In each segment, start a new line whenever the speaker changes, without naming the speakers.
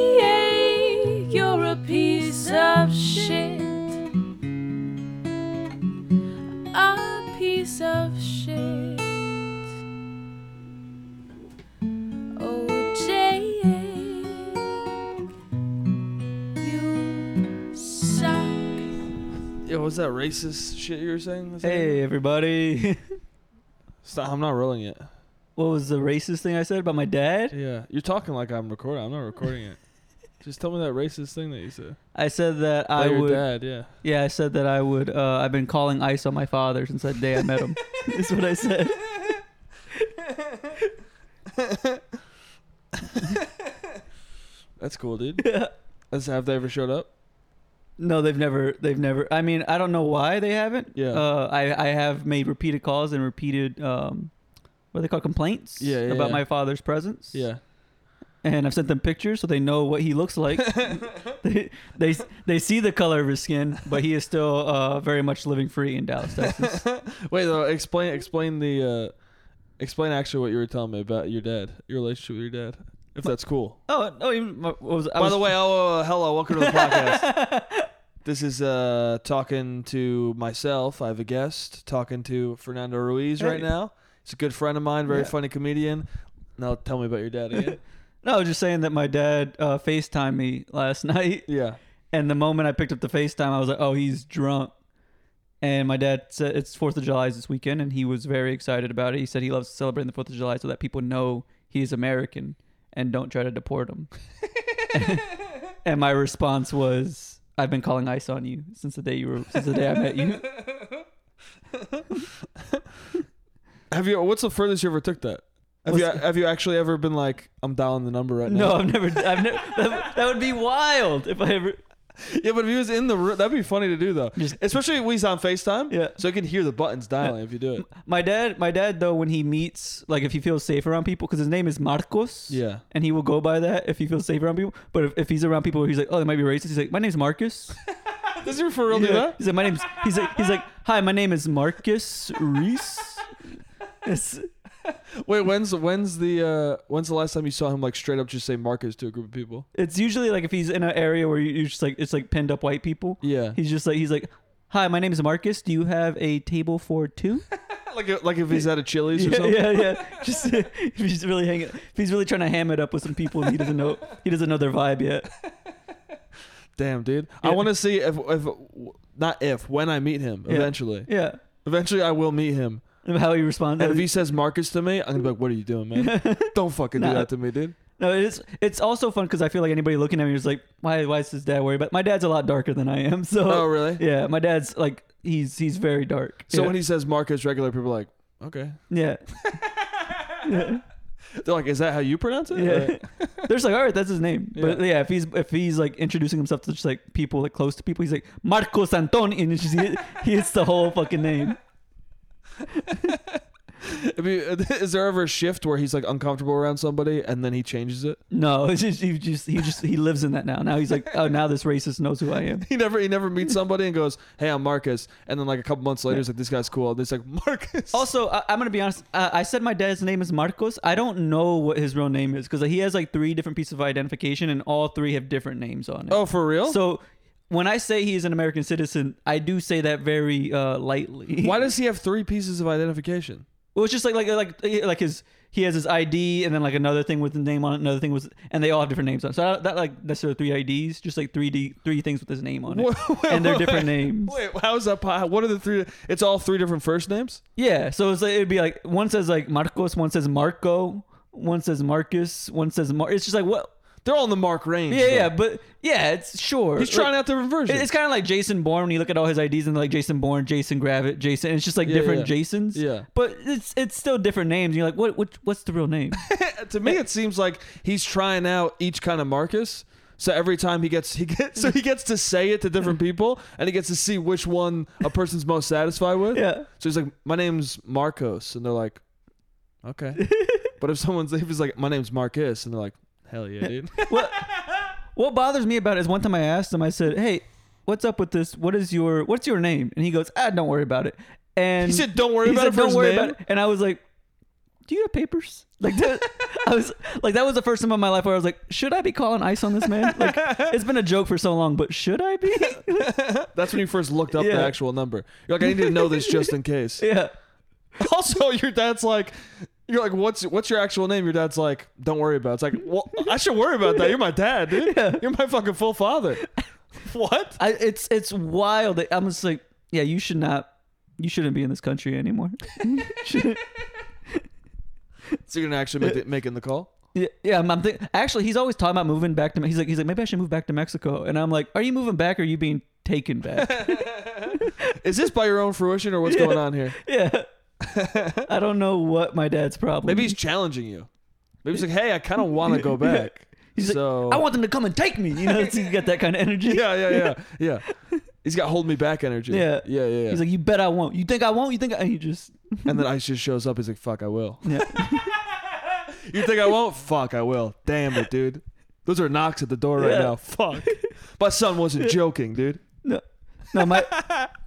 Jake, you're E a piece of shit. A piece of shit. Oh, E Jake, you suck.
Yeah, what's that racist shit you were saying? That's it?
Hey, everybody.
Stop, I'm not rolling it.
what was the racist thing I said about my dad?
Yeah, you're talking like I'm recording. I'm not recording it. Just tell me that racist thing that you said.
I said that I
About your
would.
dad, yeah.
Yeah, I said that I would. Uh, I've been calling ICE on my father since that day I met him. is what I said.
That's cool, dude. That's have they ever showed up?
no, they've never. They've never. I mean, I don't know why they haven't.
Yeah.
Uh, I I have made repeated calls and repeated um, what are they call complaints.
Yeah, yeah,
about
yeah.
my father's presence.
Yeah.
And I've sent them pictures so they know what he looks like. they, they they see the color of his skin, but he is still uh, very much living free in Dallas, Texas.
Wait, though. Explain, explain the, uh, explain actually what you were telling me about your dad, your relationship with your dad, if that's cool.
oh, oh, even, what was, I
By
was,
the way, oh, uh, hello, welcome to the podcast. this is uh, talking to myself. I have a guest talking to Fernando Ruiz right
Hey.
now. He's a good friend of mine, very
Yeah.
funny comedian. Now tell me about your dad again.
No, I was just saying that my dad uh, FaceTimed me last night,
yeah,
and the moment I picked up the FaceTime, I was like, "Oh, he's drunk." And my dad said it's Fourth of July this weekend, and he was very excited about it. He said he loves celebrating the Fourth of July so that people know he's American and don't try to deport him. and my response was, "I've been calling ICE on you since the day you were since the day I met you."
have you? What's the furthest you ever took that? Have you have you actually ever been like I'm dialing the number right
No,
now?
I've never. I've never. That, that would be wild if I ever.
Yeah, but if he was in the room, that'd be funny to do though.
Just-
Especially if he's on Facetime.
Yeah.
So you can hear the buttons dialing if you do it.
My dad, my dad though, when he meets, like if he feels safe around people, because his name is Marcos.
Yeah.
And he will go by that if he feels safe around people. But if, if he's around people, he's like, oh, they might be racist. He's like, my name's Marcus.
Does he for real do
Yeah.
that?
He's like, my name's. He's like, he's like, hi, my name is Marcus Reese. It's-
Wait, when's when's the uh when's the last time you saw him like straight up just say Marcus to a group of people?
it's usually like if he's in an area where you- you're just like it's like pinned up white people.
Yeah,
He's just like he's like, hi, my name is Marcus. Do you have a table for two?
like a, like if he's at a Chili's or
yeah,
something.
yeah, yeah. Just if he's really hanging, if he's really trying to ham it up with some people, and he doesn't know he doesn't know their vibe yet.
Damn, dude, I
Yeah.
want to see if if not if when I meet him
Yeah.
eventually.
Yeah,
Eventually, I will meet him,
And how he responds.
and if he says Marcus to me, I'm gonna be like, "What are you doing, man? Don't fucking do
Nah.
that to me, dude."
no, it's it's also fun because I feel like anybody looking at me is like, why why is his dad worried? But my dad's a lot darker than I am, so
Oh, really?
yeah, my dad's like he's he's very dark.
So
yeah.
when he says Marcus, regular people are like, "Okay,"
yeah.
they're like, "Is that how you pronounce it?"
Yeah,
Or-
they're just like, all right, that's his name. But
Yeah.
yeah, if he's if he's like introducing himself to just like people like close to people, he's like Marcos Anton, and it's just, he, he hits the whole fucking name.
I mean, is there ever a shift where he's like uncomfortable around somebody and then he changes it?
No, it's just, he just he just he lives in that now. Now he's like, oh, now this racist knows who I am.
He never he never meets somebody and goes, "Hey, I'm Marcus," and then like a couple months later, he's like, "This guy's cool." And he's like, "Marcus."
Also, I, I'm gonna be honest. Uh, I said my dad's name is Marcos. I don't know what his real name is because he has like three different pieces of identification, and all three have different names on it.
oh, for real?
so when I say he is an American citizen, I do say that very uh, lightly.
why does he have three pieces of identification?
Well, it's just like like like like his he has his ID and then like another thing with the name on it, another thing with and they all have different names on. it. So I, that like necessarily three IDs, just like three D three things with his name on it,
Wait, wait,
and they're different names.
Wait, how is that? po- What are the three? It's all three different first names.
Yeah, so it's like it'd be like one says like Marcos, one says Marco, one says Marcus, one says Mar. It's just like what?
They're all in the Mark range.
Yeah,
though.
yeah, but yeah, it's sure.
He's trying out different
It-
versions.
It's kind of like Jason Bourne when you look at all his IDs and like Jason Bourne, Jason Gravitt, Jason. It's just like
Yeah,
different
yeah.
Jasons.
Yeah.
but it's it's still different names. You're like, what? what what's the real name?
to me, it seems like he's trying out each kind of Marcus. So every time he gets he gets so he gets to say it to different people, and he gets to see which one a person's most satisfied with.
yeah,
So he's like, "My name's Marcos," and they're like, "Okay." but if someone's if he's like, "My name's Marcus," and they're like, "Hell yeah, dude!"
what what bothers me about it is one time I asked him, I said, "Hey, what's up with this? What is your what's your name?" And he goes, "Ah, don't worry about it." And
He said, "Don't worry about it for
"Don't
his
worry
name?"
about it." And I was like, "Do you have papers? Like, do, I was like, that was the first time in my life where I was like, should I be calling ice on this man? Like, it's been a joke for so long, but should I be?
That's when you first looked up the
Yeah.
actual number. You're like, I need to know this just in case.
yeah.
Also, your dad's like, you're like, what's what's your actual name? Your dad's like, don't worry about. it. It's like, well, I should worry about that. You're my dad, dude.
Yeah.
You're my fucking full father. What?
I, it's it's wild. that- I'm just like, yeah, you should not, you shouldn't be in this country anymore.
So you're gonna actually make the, making the call?
yeah, yeah. I'm, I'm think, actually, he's always talking about moving back to. Me- He's like, he's like, maybe I should move back to Mexico. And I'm like, are you moving back or are you being taken back?
Is this by your own fruition or what's going on here?
yeah. I don't know what my dad's problem.
Maybe
is.
he's challenging you. Maybe he's like, hey, I kind of want to go back.
He's
so
like, I want them to come and take me. You know, he's got that kind of energy.
Yeah, yeah, yeah, yeah. He's got hold me back energy.
Yeah.
yeah, yeah. yeah.
He's like, you bet I won't. You think I won't? You think I? And he just,
and then Ice just shows up. He's like, fuck, I will.
yeah.
You think I won't? Fuck, I will. Damn it, dude. Those are knocks at the door right
Yeah.
now. Fuck. My son wasn't joking, dude.
No, no, my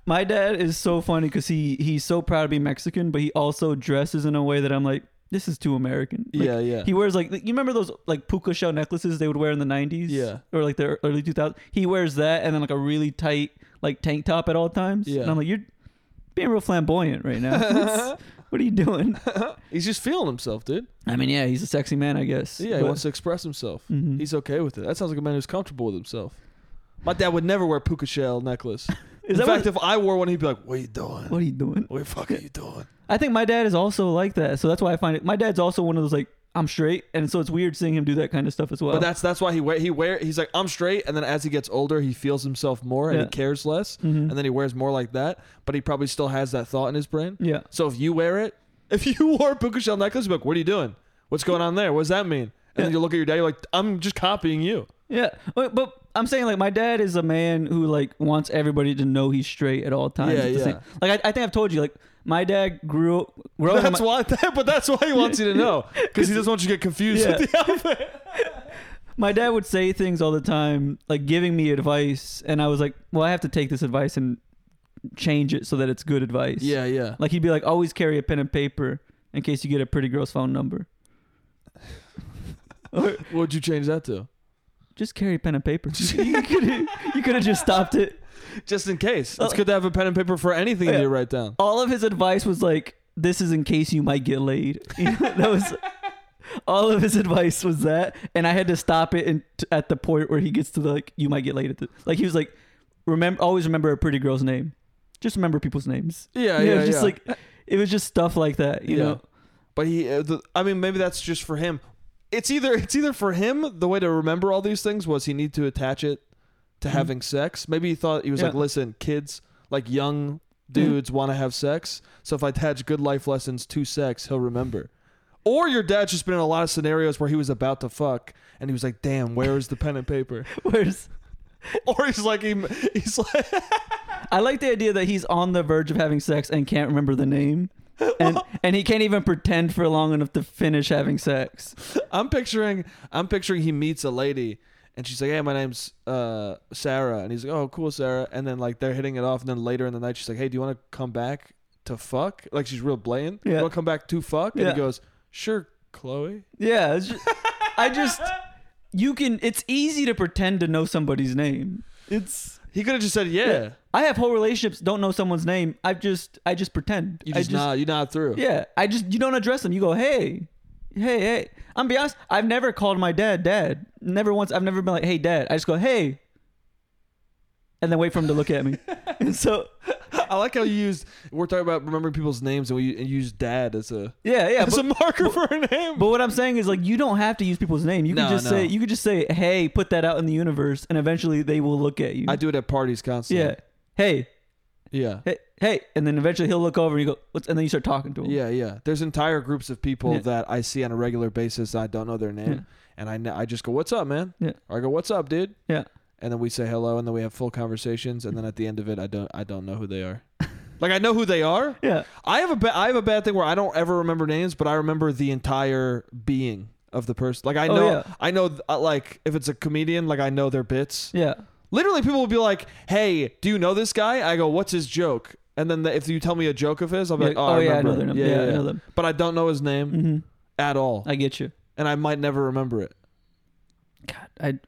my dad is so funny because he he's so proud to be Mexican, but he also dresses in a way that I'm like, this is too American. Like,
Yeah, yeah.
He wears like you remember those like puka shell necklaces they would wear in the '90s,
Yeah.
or like the early 2000s. He wears that and then like a really tight like tank top at all times.
Yeah.
and I'm like, you're being real flamboyant right now. It's- what are you doing?
He's just feeling himself, dude.
I mean, yeah, he's a sexy man, I guess.
Yeah, he
but-
wants to express himself.
Mhm.
He's okay with it. That sounds like a man who's comfortable with himself. My dad would never wear puka shell necklace.
Is
In
that
fact,
what,
if I wore one, he'd be like, "What are you doing? What,
what are you doing?
the fuck are you doing?"
I think my dad is also like that, so that's why I find it. My dad's also one of those like I'm straight, and so it's weird seeing him do that kind of stuff as well.
But that's that's why he wear he wear he's like I'm straight, and then as he gets older, he feels himself more and
Yeah.
he cares less,
Mhm.
and then he wears more like that. But he probably still has that thought in his brain.
yeah,
So if you wear it, if you wore a puka shell necklace, you'd be like, what are you doing? What's going on there? What does that mean? And then you look at your dad, you're like, I'm just copying you.
yeah. But, but I'm saying like my dad is a man who like wants everybody to know he's straight at all times.
Yeah,
at the
yeah.
same- Like I, I think I've told you, like my dad grew up. Growing up
That's why, but that's why he wants you to know because he doesn't want you to get confused
Yeah.
with the outfit.
my dad would say things all the time, like giving me advice, and I was like, well, I have to take this advice and change it so that it's good advice.
Yeah, yeah.
Like he'd be like, always carry a pen and paper in case you get a pretty girl's phone number. Or-
What'd you change that to?
just carry pen and paper. you could you could have just stopped it.
Just in case. It's
Oh.
good to have a pen and paper for anything you
Yeah.
need to write down.
All of his advice was like, "This is in case you might get laid." You know, that was all of his advice was that, and I had to stop it in, t- at the point where he gets to the, like, "You might get laid." At the, like he was like, "Remember, always remember a pretty girl's name. Just remember people's names."
Yeah,
You know,
yeah,
just
yeah.
like it was just stuff like that, you
Yeah.
know.
But he, uh, the, I mean, maybe that's just for him. It's either it's either for him. The way to remember all these things was he need to attach it to having sex. Maybe he thought he was like,
Yeah.
listen, kids, like young dudes want to have sex. So if I attach good life lessons to sex, he'll remember. Or your dad's just been in a lot of scenarios where he was about to fuck and he was like, damn, where is the pen and paper?
Whereas
or he's like, he, he's like,
I like the idea that he's on the verge of having sex and can't remember the name. And, and he can't even pretend for long enough to finish having sex.
I'm picturing I'm picturing he meets a lady and she's like, "Hey, my name's uh, Sarah," and he's like, "Oh, cool, Sarah." And then like they're hitting it off, and then later in the night she's like, "Hey, do you want to come back to fuck?" Like she's real blatant. You
Yeah.
want to come back to fuck? And
Yeah.
he goes, "Sure, Chloe."
Yeah, it's just, I just you can. It's easy to pretend to know somebody's name. It's
He could have just said, "Yeah."
I have whole relationships don't know someone's name. I just I just pretend.
You
I
just, nod. You nod through.
Yeah, I just you don't address them. You go hey, hey hey. I'm be honest. I've never called my dad dad. Never once. I've never been like hey dad. I just go hey. And then wait for him to look at me. and so
I like how you used. We're talking about remembering people's names, and we and you use "dad" as a
yeah yeah.
as
But,
a marker for a name.
but what I'm saying is like you don't have to use people's name. You
No,
can just
no.
say you could just say hey. Put that out in the universe, and eventually they will look at you.
I do it at parties constantly.
Yeah. Hey,
Yeah.
hey, hey. And then eventually he'll look over and you go, What's, and then you start talking to him.
Yeah, yeah. There's entire groups of people
Yeah.
that I see on a regular basis. I don't know their name,
Yeah.
and I kn- I just go, "What's up, man?"
Yeah.
Or I go, "What's up, dude?"
Yeah.
And then we say hello, and then we have full conversations, and then at the end of it, I don't I don't know who they are. like I know who they are.
Yeah.
I have a ba- I have a bad thing where I don't ever remember names, but I remember the entire being of the person. Like I
Oh,
know
yeah.
I know th- uh, like if it's a comedian, like I know their bits.
Yeah.
Literally, people will be like, "Hey, do you know this guy?" I go, "What's his joke?" And then the, if you tell me a joke of his, I'll be
Yeah.
like, "Oh,
Oh,
I
yeah, I know
remember.
their name. Yeah, I know them.
But I don't know his name
hmm
at all.
I get you.
and I might never remember it.
God, I,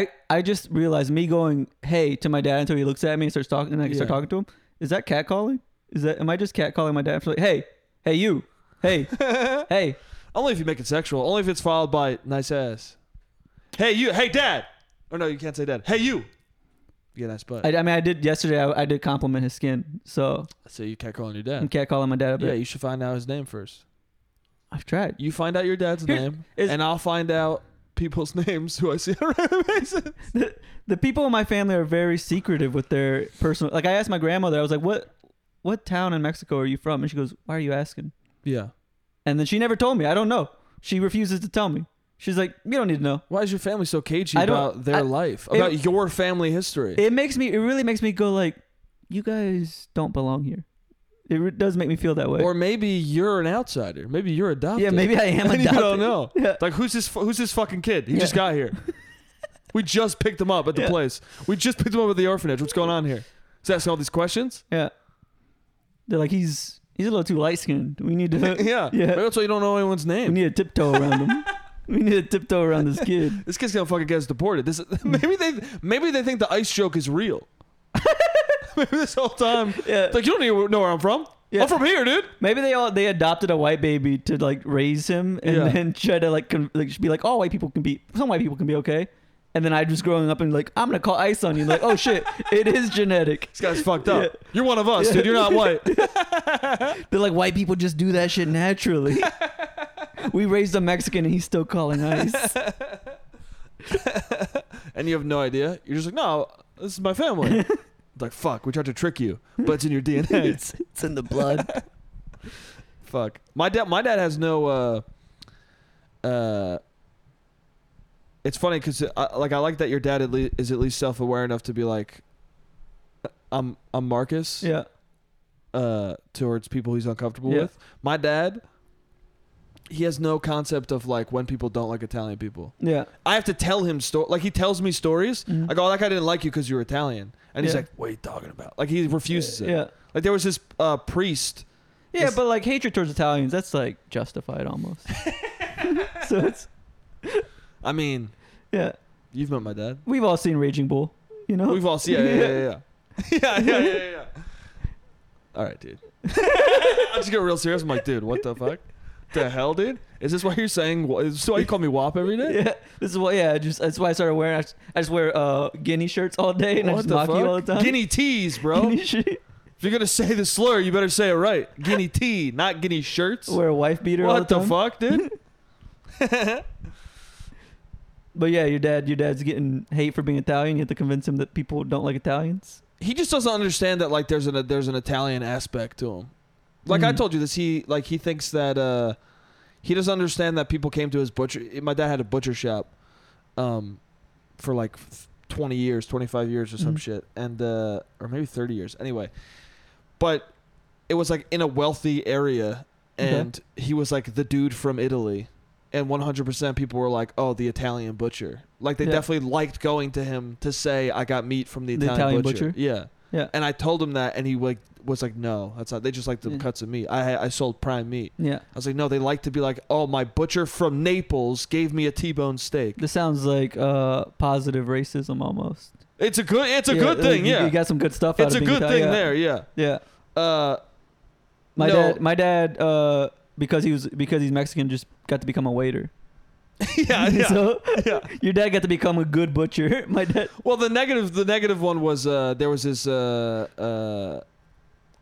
I, I just realized me going hey to my dad until he looks at me and starts talking, and I start
Yeah.
talking to him. Is that cat calling? Is that am I just cat calling my dad for like hey, hey you, hey, hey,
Only if you make it sexual. Only if it's followed by nice ass. Hey you. Hey dad. Or no, you can't say dad. Hey you. Yeah, nice butt.
I, I mean I did yesterday. I, I did compliment his skin, so
so you can't call on your
I'm
dad.
cat calling my dad. a bit.
Yeah, you should find out his name first.
I've tried.
You find out your dad's
Here-
name,
is-
and I'll find out people's names who I see on a regular basis.
the, the people in my family are very secretive with their personal like i asked my grandmother i was like what what town in mexico are you from and she goes why are you asking
Yeah.
and then she never told me i don't know she refuses to tell me she's like you don't need to know
Why is your family so cagey
I don't-
about their
I-
life,
it-
about your family history?
it makes me it really makes me go like you guys don't belong here it re- does make me feel that way
or maybe you're an outsider. Maybe you're adopted.
yeah maybe i am
and
adopted.
you don't know.
yeah.
Like who's this? Who's this fucking kid? He
Yeah.
just got here. we just picked him up at the
Yeah.
place. We just picked him up at the orphanage. What's going on here? He's asking all these questions.
yeah they're like he's he's a little too light-skinned we need to
yeah. Maybe
yeah
that's why you don't know anyone's
we
name.
need to tiptoe around him we need to tiptoe around this kid
this kid's gonna fucking get us deported. This maybe they maybe they think the ice joke is real. maybe this whole time,
yeah
it's like you don't even know where I'm from.
Yeah.
I'm from here, dude.
Maybe they all they adopted a white baby to like raise him and
Yeah.
then try to like, con- like just be like, all white people can be some white people can be okay. And then I just growing up and like I'm gonna call ice on you like oh shit it is genetic.
This guy's fucked up. You're one of us, dude. You're not white.
They're like white people just do that shit naturally. we raised a Mexican and he's still calling ice.
and you have no idea. You're just like, no, this is my family. like, fuck, we tried to trick you, but it's in your DNA.
it's it's in the blood.
fuck. My dad, my dad has no. uh uh It's funny because I, like I like that your dad at least, is at least self aware enough to be like, I'm I'm Marcus.
Yeah.
uh, towards people he's uncomfortable
Yeah.
with. My dad, he has no concept of like when people don't like Italian people.
Yeah.
I have to tell him story. Like he tells me stories.
Mhm.
I go, like I didn't like you because you're Italian, and he's
Yeah.
like, "What are you talking about?" Like he refuses it.
Yeah.
Like there was this uh, priest.
Yeah,
It's-
but like hatred towards Italians that's like justified almost. so it's
I mean,
yeah.
you've met my dad.
We've all seen Raging Bull, you know.
We've all seen. Yeah, yeah, yeah, yeah, yeah, yeah, yeah, yeah, yeah. All right, dude. I just get real serious. I'm like, dude, what the fuck? The hell, dude? Is this why you're saying? Is this why you call me WAP every day?
Yeah, this is why. Yeah, I just that's why I started wearing. I just, I just wear uh guinea shirts all day, and I just mock you all the time.
Guinea tees, bro.
Guinea shirt.
if you're gonna say the slur, you better say it right. Guinea tee, not guinea shirts.
Wear a wife beater all
what
the
the,
time.
fuck, dude?
But yeah, your dad, your dad's getting hate for being Italian. You have to convince him that people don't like Italians.
he just doesn't understand that like there's an there's an Italian aspect to him. Like I
Mhm.
told you this, he like he thinks that uh he doesn't understand that people came to his butcher. My dad had a butcher shop, um, for like f- twenty years, twenty five years or some
Mhm.
shit, and uh or maybe thirty years. Anyway, but it was like in a wealthy area,
Okay.
and he was like the dude from Italy. And 100% people were like, oh, the Italian butcher. Like, they
Yeah.
definitely liked going to him to say, I got meat from the
The
Italian,
Italian
butcher.
butcher?
Yeah.
Yeah,
And I told him that, and he like was like, "No, that's not. They just like the
Yeah.
cuts of meat. I I sold prime meat.
yeah.
I was like, no, they like to be like, oh, my butcher from Naples gave me a T-bone steak.
This sounds like uh positive racism almost.
It's a good. It's a
Yeah,
good
like,
thing.
you-
yeah,
you got some good stuff. out
it's
of
a
being
good
Itali-
thing
yeah.
there. Yeah.
Yeah,
Uh,
my
No.
dad, my dad, uh, because he was because he's Mexican, just got to become a waiter.
yeah, yeah,
so
yeah.
your dad got to become a good butcher. My dad,
Well, the negative, the negative one was uh, there was this uh, uh,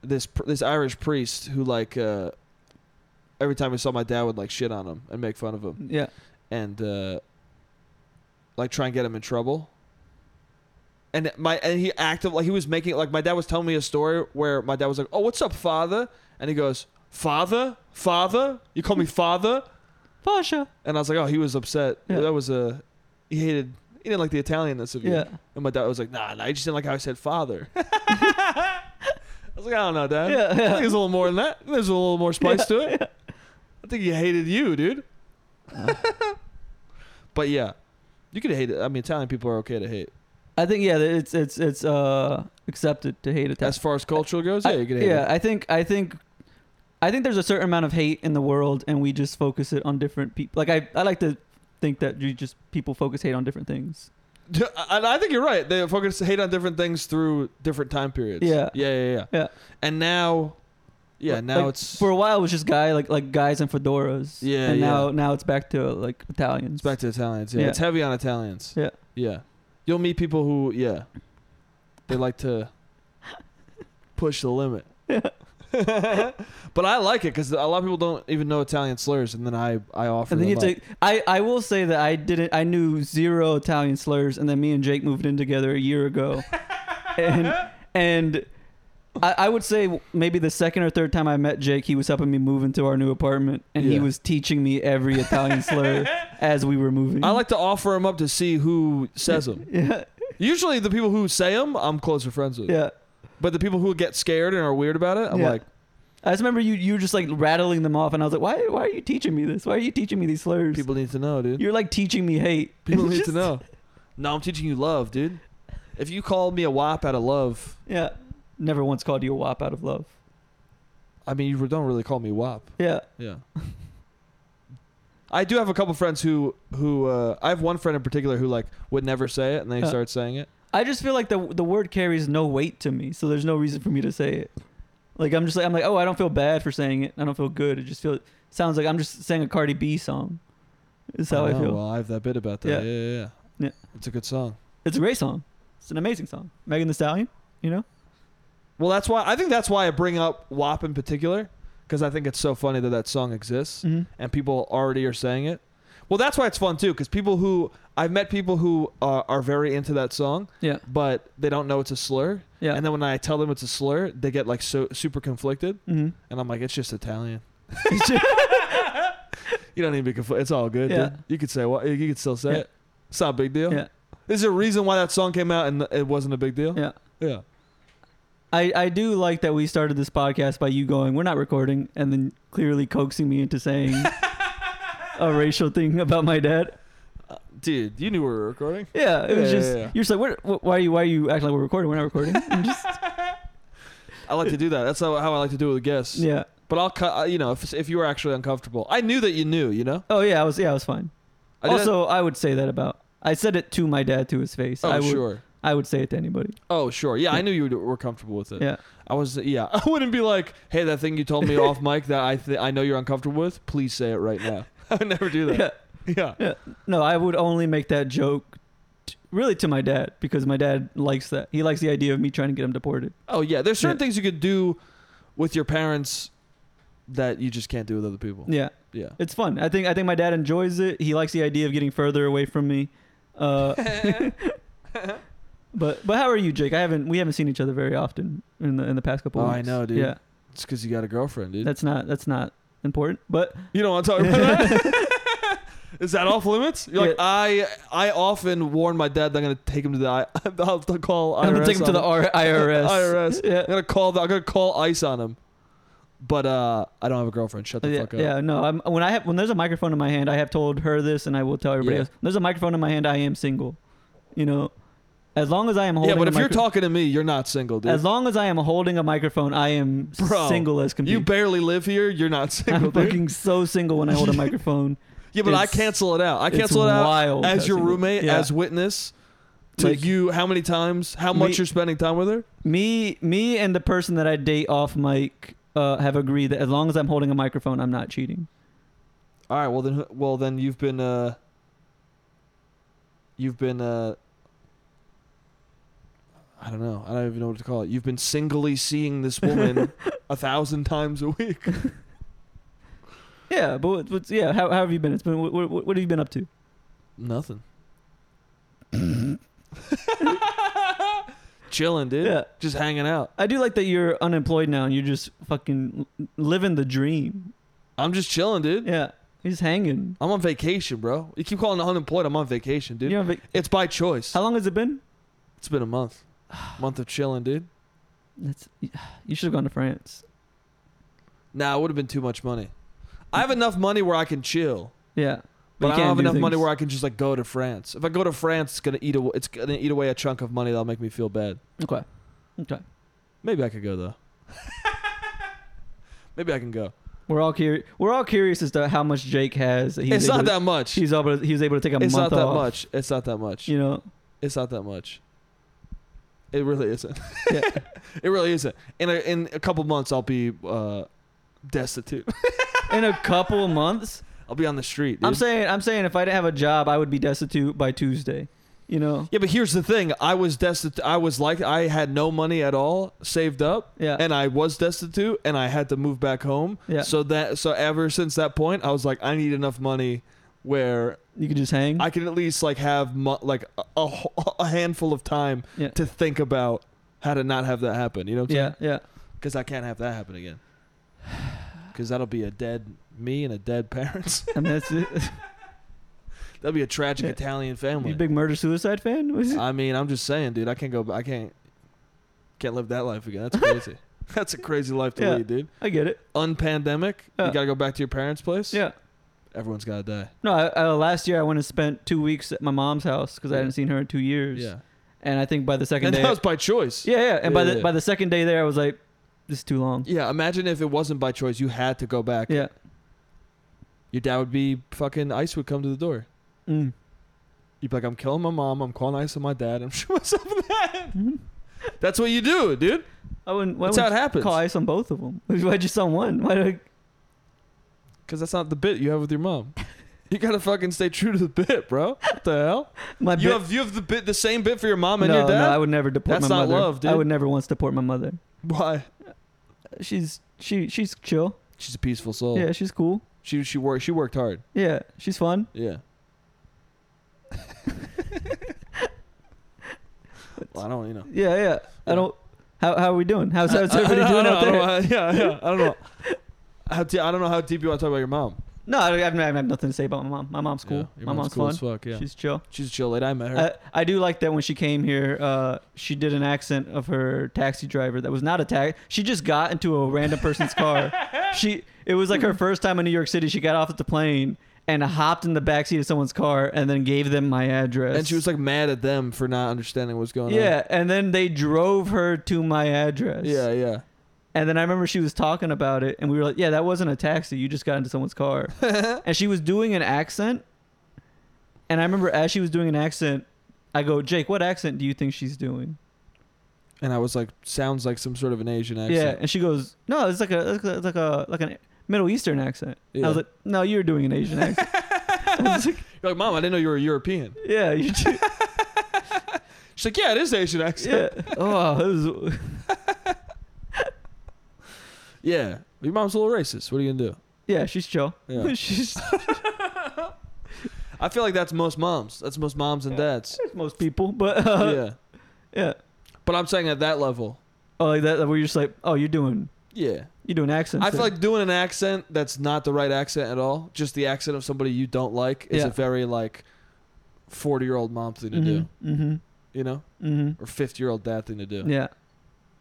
this pr- this Irish priest who like uh, every time he saw my dad would like shit on him and make fun of him.
yeah.
and uh, like try and get him in trouble. And my and he acted like he was making like my dad was telling me a story where my dad was like, "Oh, what's up, father?" And he goes, "Father, father, you call me father?"
Pasha.
And I was like, "Oh, he was upset.
Yeah.
That was a he hated he didn't like the Italianness of you."
Yeah.
And my dad was like, "Nah, nah, I just didn't like how I said father." I was like, "I don't know, dad.
Yeah,
I think
yeah.
there's a little more than that. There's a little more spice to it. I think he hated you, dude." But yeah, you could hate it. I mean, Italian people are okay to hate.
I think yeah, that it's it's it's uh accepted to hate Italians.
As far as culture goes, yeah,
I,
you could hate
yeah,
it.
I think I think I think there's a certain amount of hate in the world, and we just focus it on different people. Like I, I like to think that you just people focus hate on different things.
And I think you're right. They focus hate on different things through different time periods.
Yeah.
Yeah, yeah, yeah.
Yeah.
And now, yeah,
Like-
now
like,
it's
for a while it was just guy like like guys in fedoras.
Yeah,
and
yeah.
now now it's back to like Italians.
it's back to Italians. Yeah,
Yeah.
it's heavy on Italians.
Yeah.
Yeah. You'll meet people who, yeah, they like to push the limit. but I like it because a lot of people don't even know Italian slurs, and then I I offer.
and then you
them
have to. I I will say that I didn't. I knew zero Italian slurs, and then me and Jake moved in together a year ago, and and. I, I would say maybe the second or third time I met Jake, he was helping me move into our new apartment, and he
Yeah.
was teaching me every Italian slur as we were moving.
I like to offer them up to see who says them.
yeah,
Usually, the people who say them, I'm closer friends with.
yeah.
But the people who get scared and are weird about it, I'm
Yeah.
like,
I just remember you you were just like rattling them off, and I was like, why why are you teaching me this? Why are you teaching me these slurs?
people need to know, dude.
You're like teaching me hate.
People
It's
need to
just-
know. No, I'm teaching you love, dude. If you called me a wop out of love,
Yeah. Never once called you a wop out of love.
I mean, you don't really call me wop.
Yeah.
Yeah. I do have a couple friends who who uh, I have one friend in particular who like would never say it, and they
Yeah.
start saying it.
I just feel like the the word carries no weight to me, so there's no reason for me to say it. Like I'm just like I'm like, oh, I don't feel bad for saying it. I don't feel good. It just feels sounds like I'm just saying a Cardi B song. Is how I,
know,
feel.
Oh, Well, I have that bit about that. Yeah,
Yeah.
yeah, yeah.
Yeah.
It's a good song.
It's a great song. It's an amazing song. Megan the Stallion, you know?
Well, that's why I think that's why I bring up WAP in particular because I think it's so funny that that song exists
Mm-hmm.
and people already are saying it. Well, that's why it's fun too because people who I've met people who uh, are very into that song,
Yeah.
but they don't know it's a slur.
Yeah.
And then when I tell them it's a slur, they get like so super conflicted,
mm-hmm.
and I'm like, it's just Italian. You don't need to be conflicted. It's all good.
Yeah.
Dude. You could say what you could still say
Yeah.
it. It's not a big deal.
Yeah.
There's a reason why that song came out and it wasn't a big deal.
Yeah.
Yeah.
I, I do like that we started this podcast by you going, we're not recording, and then clearly coaxing me into saying a racial thing about my dad.
Uh, dude, you knew we were recording.
Yeah, it was
Yeah,
just
yeah, yeah.
you're just like, what, what, why are you why are you acting like we're recording? We're not recording. And just
I like to do that. That's how, how I like to do it with guests.
yeah.
But I'll cut. uh, You know, if if you were actually uncomfortable, I knew that you knew. You know.
Oh yeah, I was yeah I was fine.
I did
also, I would say that about. I said it to my dad to his face.
that- oh
I would,
sure.
I would say it to anybody.
Oh sure. Yeah, I
Yeah.
knew you were were comfortable with it.
Yeah.
I was. Yeah, I wouldn't be like, hey, that thing you told me off mic that I th- I know you're uncomfortable with. Please say it right now. I would never do that.
Yeah.
Yeah.
No, I would only make that joke, t- really, to my dad because my dad likes that. He likes the idea of me trying to get him deported.
Oh yeah. There's certain
Yeah.
things you could do with your parents that you just can't do with other people.
Yeah.
Yeah.
It's fun. I think I think my dad enjoys it. He likes the idea of getting further away from me. Uh, but but how are you, Jake? I haven't we haven't seen each other very often in the in the past couple.
Oh,
weeks.
I know, dude.
Yeah,
It's because you got a girlfriend, dude.
that's not that's not important. But
you don't want to talk about that. Is that off limits? You're like
Yeah.
I. I often warn my dad that I'm gonna take him to the. I- I'll have to call. IRS
I'm gonna take him to
on
the R- IRS.
IRS.
Yeah.
I'm gonna call. The, I'm gonna call ice on him. But uh, I don't have a girlfriend. Shut the
Yeah,
fuck up.
yeah, no. I'm, when I have when there's a microphone in my hand, I have told her this, and I will tell everybody
Yeah.
else. When there's a microphone in my hand. I am single. You know, as long as I am holding.
Yeah, but
a
if you're
micro-
talking to me, you're not single, dude.
as long as I am holding a microphone, I am
Bro,
single as can be.
you barely live here. You're not single,
I'm
dude.
fucking so single when I hold a microphone.
yeah, but I
it's-
cancel it out. I
it's
cancel it out
wild
as
how
your
single-
roommate,
yeah.
as witness to
Like-
you. How many times? How much
Me-
you're spending time with her?
Me, me, and the person that I date off mic uh, have agreed that as long as I'm holding a microphone, I'm not cheating.
All right. Well then, well then, you've been uh, you've been uh, I don't know. I don't even know what to call it. You've been singly seeing this woman a thousand times a week.
Yeah, but what- what's, yeah, how, how have you been? It's been what, what, what have you been up to?
Nothing. Chilling, dude.
Yeah.
Just hanging out.
I do like that you're unemployed now and you're just fucking living the dream.
I'm just chilling, dude.
Yeah, you're just hanging.
I'm on vacation, bro. You keep calling it unemployed. I'm on vacation, dude.
You're on vac-
It's by choice.
how long has it been?
It's been a month. month of chilling, dude.
That's you should have gone to France.
Nah, it would have been too much money. I have enough money where I can chill,
Yeah,
but
you
I
can't
don't have
do
enough money
things.
where I can just like go to France. If I go to France, it's gonna eat away. It's gonna eat away a chunk of money that'll make me feel bad.
okay, okay.
Maybe I could go though. Maybe I can go.
We're all curious. We're all curious as to how much Jake has. that He's
it's
able
not
to-
that much.
He's able. To, he was able to take a
it's not
month
that
off.
much. It's not that much.
You know.
It's not that much. It really isn't. it really isn't. In a, in a couple months, I'll be uh, destitute.
In a couple of months.
I'll be on the street.
I'm
dude.
saying. I'm saying. If I didn't have a job, I would be destitute by Tuesday. You know.
Yeah, but here's the thing. I was destitute. I was like, I had no money at all saved up,
Yeah.
and I was destitute, and I had to move back home.
Yeah.
So that so ever since that point, I was like, I need enough money where
you could just hang.
I can at least like have mo- like a, a wh- a handful of time
Yeah.
to think about how to not have that happen. You know what I'm
yeah. Yeah.
Because I can't have that happen again. Because that'll be a dead me and a dead parents.
And that's it.
that'll be a tragic
Yeah.
Italian
you
family.
a big murder suicide fan? Was it?
I mean, I'm just saying, dude. I can't go. I can't. Can't live that life again. That's crazy. That's a crazy life to
Yeah.
lead, dude.
I get it.
Unpandemic.
Yeah.
You gotta go back to your parents' place.
Yeah.
Everyone's gotta die.
No. I, I, last year I went and spent two weeks at my mom's house because I
Yeah.
hadn't seen her in two years.
Yeah.
And I think by the second
And
day.
that was by choice.
yeah. Yeah. And by
Yeah,
the
yeah.
by the second day there, I was like, this is too long.
Yeah. Imagine if it wasn't by choice. You had to go back.
Yeah.
Your dad would be fucking. Ice would come to the door.
Mm.
You'd be like, I'm killing my mom. I'm calling ice on my dad. I'm shooting myself in the head.
Mhm.
That's what you do, dude.
I wouldn't. Why
That's
would
how it happens.
call ice on both of them? Why'd you on one? Why do
Because that's not the bit you have with your mom. You gotta fucking stay true to the bit, bro. What the hell?
I, my
You
bit-
have you have the bit the same bit for your mom and
no,
your dad.
No, I would never deport
That's
my
not
mother.
love, dude.
I would never once deport my mother.
Why?
She's she she's chill.
She's a peaceful soul.
Yeah, she's cool.
She she worked she worked hard.
Yeah, she's fun.
Yeah. well, I don't, you know.
Yeah, yeah. I
Yeah.
don't. How how are we doing? How's, how's
I- I- I
everybody
don't-
doing
I
out
don't-
there?
I don't- yeah, yeah. I don't know. How deep? I don't know how deep you want to talk about your mom.
No, I, don't- I have nothing to say about my mom. My mom's cool.
Yeah, your
my mom's,
cool
fun.
as fuck. Yeah, she's,
She's chill.
a chill lady. I met her.
I, I do like that when she came here, uh, she did an accent of her taxi driver that was not a taxi. She just got into a random person's car. She it was like her first time in New York City. She got off at the plane and hopped in the backseat of someone's car and then gave them my address.
and she was like mad at them for not understanding what's going
yeah, and then they drove her to my address.
on. Yeah, yeah.
And then I remember she was talking about it, and we were like, "Yeah, that wasn't a taxi. You just got into someone's car."
Uh-huh.
and she was doing an accent. And I remember as she was doing an accent, I go, "Jake, what accent do you think she's doing?"
And I was like, sounds like some sort of an Asian
Yeah,
accent.
and she goes, "No, it's like a, it's like a, like an Middle Eastern accent." And I was
Yeah.
like, "No, you're doing an Asian accent." I was like,
You're like, mom, I didn't know you were European.
yeah, you do.
She's like, yeah, it is Asian accent.
yeah. Oh, it was,
Yeah. Your mom's a little racist. What are you gonna do?
yeah, she's chill.
Yeah.
she's
I feel like that's most moms. That's most moms and dads.
most people, but uh,
yeah.
yeah.
But I'm saying at that level.
Oh, like that, where you're just like, "Oh, you're doing,
Yeah.
you're doing accents."
I feel
there."
like doing an accent that's not the right accent at all, just the accent of somebody you don't like is
Yeah.
a very like 40-year-old mom thing to do,
Mhm,
you know?
mhm, mhm.
Or 50-year-old dad thing to do.
Yeah.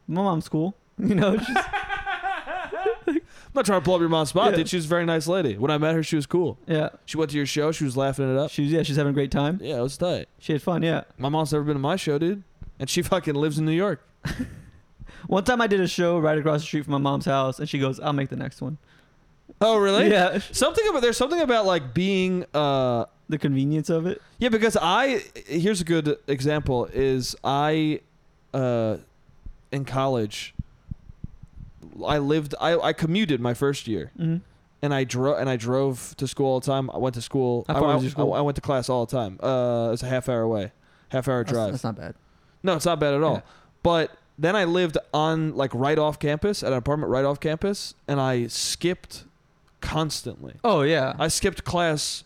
My mom's cool. You know, she's,
I'm not trying to pull up your mom's spot,
Yeah.
dude. She was a very nice lady. When I met her, she was cool.
yeah.
She went to your show, she was laughing it up.
She's yeah, she's having a great time.
Yeah, it was tight.
She had fun, yeah.
My mom's never been to my show, dude. And she fucking lives in New York.
One time I did a show right across the street from my mom's house and she goes, I'll make the next one.
Oh, really?
Yeah.
Something about there's something about like being uh
The convenience of it.
Yeah, because I here's a good example is I uh in college I lived I, I commuted my first year
Mhm.
and I drove and I drove to school all the time. I went to school.
How
I,
far
I-
was your school?
I, I went to class all the time. Uh it's a half hour away. Half hour drive.
not bad.
no, it's not bad at all.
Yeah.
But then I lived on like right off campus at an apartment right off campus and I skipped constantly.
Oh yeah.
I skipped class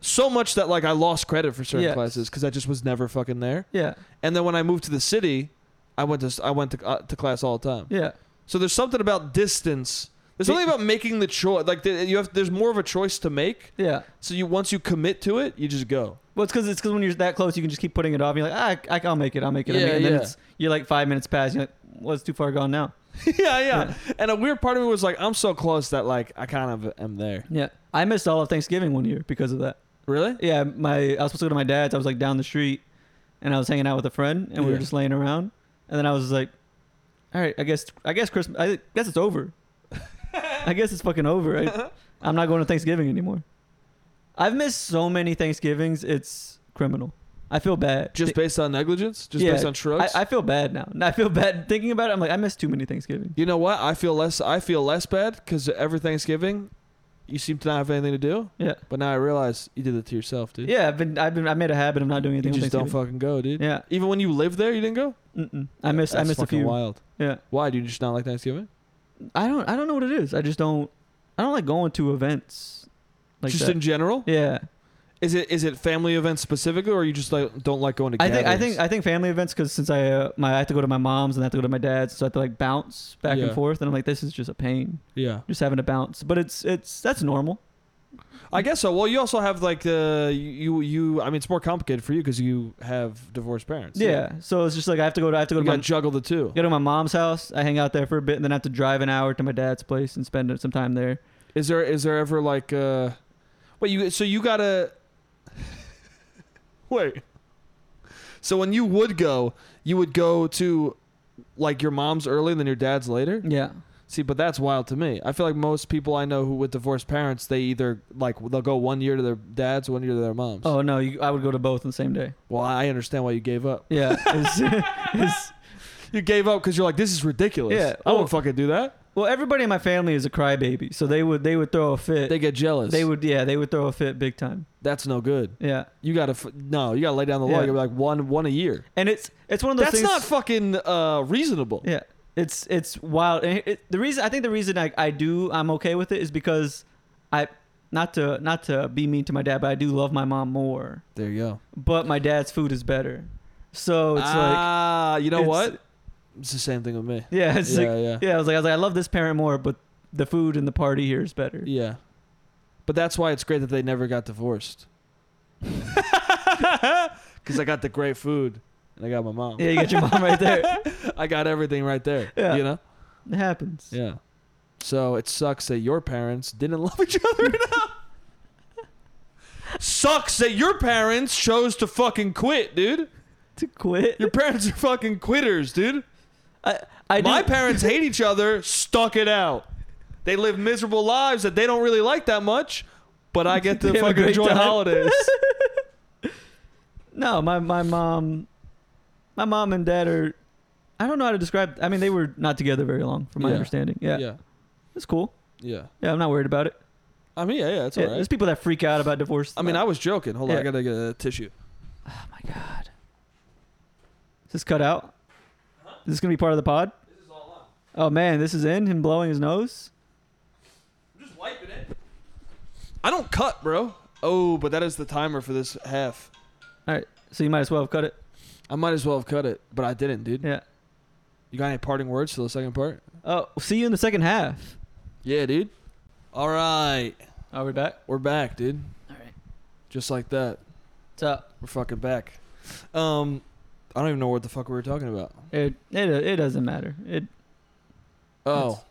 so much that like I lost credit for certain
Yes.
classes because I just was never fucking there.
yeah.
And then when I moved to the city, I went to I went to, uh, to class all the time.
Yeah.
So there's something about distance. There's something about making the choice. Like th- you have, there's more of a choice to make.
Yeah.
So you once you commit to it, you just go.
Well, it's because it's 'cause when you're that close, you can just keep putting it off. You're like, ah, I, I'll make it. I'll make it. I'll
Yeah,
make it. And then
yeah.
it's, you're like five minutes past. You're like, well, it's too far gone now.
yeah, yeah, And a weird part of me was like, I'm so close that like I kind of am there.
Yeah. I missed all of Thanksgiving one year because of that.
Really?
Yeah, my I was supposed to go to my dad's. I was like down the street, and I was hanging out with a friend, and we were
Yeah.
just laying around. And then I was like, "All right, I guess I guess Christmas. I guess it's over." I guess it's fucking over, right? I'm not going to Thanksgiving anymore. I've missed so many Thanksgivings. It's criminal. I feel bad.
Just based on negligence? Just
Yeah,
based on shrugs?
I, I feel bad now. I feel bad thinking about it. I'm like, I missed too many Thanksgivings.
you know what? I feel less I feel less bad because every Thanksgiving you seem to not have anything to do.
Yeah.
But now I realize you did it to yourself, dude.
Yeah, I've been, I've been, I made a habit of not doing
You
anything. on
just don't
Thanksgiving.
fucking go, dude.
Yeah.
Even when you lived there, you didn't go?
Mm-mm. I missed, I
That's
missed a
fucking
few.
wild.
Yeah.
Why? Do you just not like Thanksgiving?
I don't, I don't know what it is. I just don't, I don't like going to events like
just
that.
in general?
yeah.
Is it is it family events specifically, or you just like don't like going to?
I think, I
gatherings?
think, I think family events because since I, uh, my, I have to go to my mom's and I have to go to my dad's, so I have to like bounce back
Yeah.
and forth, and I'm like, this is just a pain,
yeah,
just having to bounce. But it's, it's that's normal.
I guess so. Well, you also have like the you you. I mean, it's more complicated for you because you have divorced parents.
yeah. So it's just like I have to go to, I have to go
you
to my
got to juggle the two.
go to my mom's house. I hang out there for a bit, and then I have to drive an hour to my dad's place and spend some time there.
Is there is there ever like uh, wait you so you gotta wait. So when you would go, you would go to like your mom's early and then your dad's later.
Yeah,
See, but that's wild to me. I feel like most people I know who with divorced parents, they either like they'll go one year to their dad's, one year to their mom's.
Oh no, you, I would go to both on the same day.
Well, I understand why you gave up.
Yeah, it's- it's-
You gave up because you're like, this is ridiculous.
Yeah,
I
well-
won't fucking do that.
well, everybody in my family is a crybaby, so they would they would throw a fit.
They
They,
get jealous.
would yeah, they would throw a fit big time.
That's no good.
Yeah,
You gotta f- no. You gotta lay down the law.
Yeah.
You're like one one a year.
and it's it's one of those
That's
things.
not fucking uh, reasonable.
yeah, it's it's wild. And it, the reason I think the reason I, I do I'm okay with it is because I not to not to be mean to my dad, but I do love my mom more.
There you go.
But my dad's food is better,
Oh,
so it's like
ah, you know
it's-
what? It's the same thing with me.
yeah, it's
yeah,
like
yeah,
Yeah, I was like, I was like, I love this parent more, but the food and the party here is better.
yeah. But that's why it's great that they never got divorced. Because I got the great food and I got my mom.
Yeah, you got your mom right there.
I got everything right there.
Yeah.
You know.
It happens.
Yeah. So it sucks that your parents didn't love each other enough. sucks that your parents chose to fucking quit, dude.
To quit.
Your parents are fucking quitters, dude.
I, I do.
My parents hate each other, stuck it out. They live miserable lives that they don't really like that much, but I get to
They have a
fucking
great
enjoy
time.
holidays.
no, my my mom, my mom and dad are. I don't know how to describe. I mean, they were not together very long, from my
Yeah.
understanding. Yeah,
yeah.
it's cool.
Yeah.
Yeah, I'm not worried about it.
I mean, yeah, yeah, it's
Yeah,
all
There's
right.
people that freak out about divorce.
I mean, I was joking. Hold on, I
Yeah.
gotta get a tissue.
Oh my god. Is this cut out? Is this gonna be part of the pod? Oh man, this is in him blowing his nose.
Just wiping it. I don't cut, bro. Oh, but that is the timer for this half.
All right, so you might as well have cut it.
I might as well have cut it, but I didn't, dude.
Yeah.
You got any parting words to the second part?
Oh, see you in the second half.
Yeah, dude. All right.
Are we back?
We're back, dude.
All right.
Just like that.
What's up?
We're fucking back. Um I don't even know what the fuck we were talking about.
It it it doesn't matter. It
Oh.
That's-